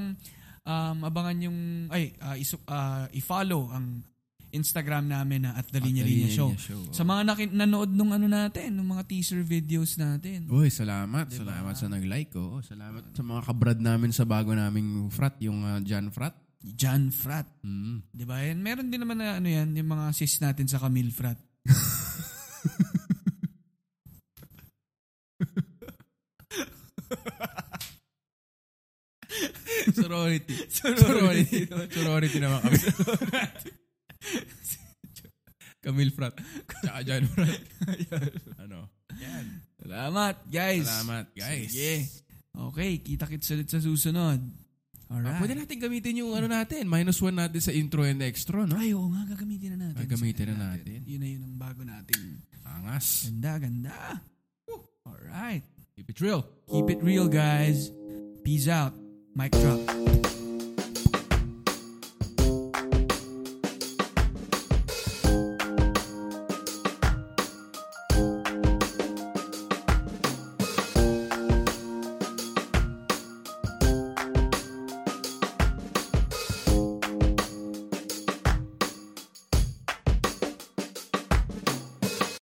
Speaker 2: um, abangan yung, ay, ah, isu- ah, i-follow ang Instagram namin na at The Linya Linya Show.
Speaker 1: oh.
Speaker 2: Sa mga nakin- nanood nung ano natin, nung mga teaser videos natin.
Speaker 1: Uy, salamat. Salamat sa nag-like. Oo. Diba? Salamat sa mga kabrad namin sa bago naming frat, yung ah, Jan Frat.
Speaker 2: Jan Frat.
Speaker 1: Mm.
Speaker 2: Di ba? And meron din naman na ano yan, yung mga sis natin sa Camille Frat.
Speaker 1: Sorority.
Speaker 2: Sorority.
Speaker 1: Sorority naman kami. Camille Frat. Tsaka Jan Frat. ano?
Speaker 2: Salamat, guys.
Speaker 1: Salamat, guys.
Speaker 2: Sige. Okay, kita-kits ulit sa susunod. Alright.
Speaker 1: Ah, pwede natin gamitin yung ano natin. Minus one natin sa intro and extra, no?
Speaker 2: Ay, oo nga, gagamitin na natin.
Speaker 1: Gagamitin na natin.
Speaker 2: Yun na yun ang bago natin.
Speaker 1: Angas.
Speaker 2: Ganda, ganda. Woo. Alright.
Speaker 1: Keep it real.
Speaker 2: Keep it real, guys. Peace out. Mic drop.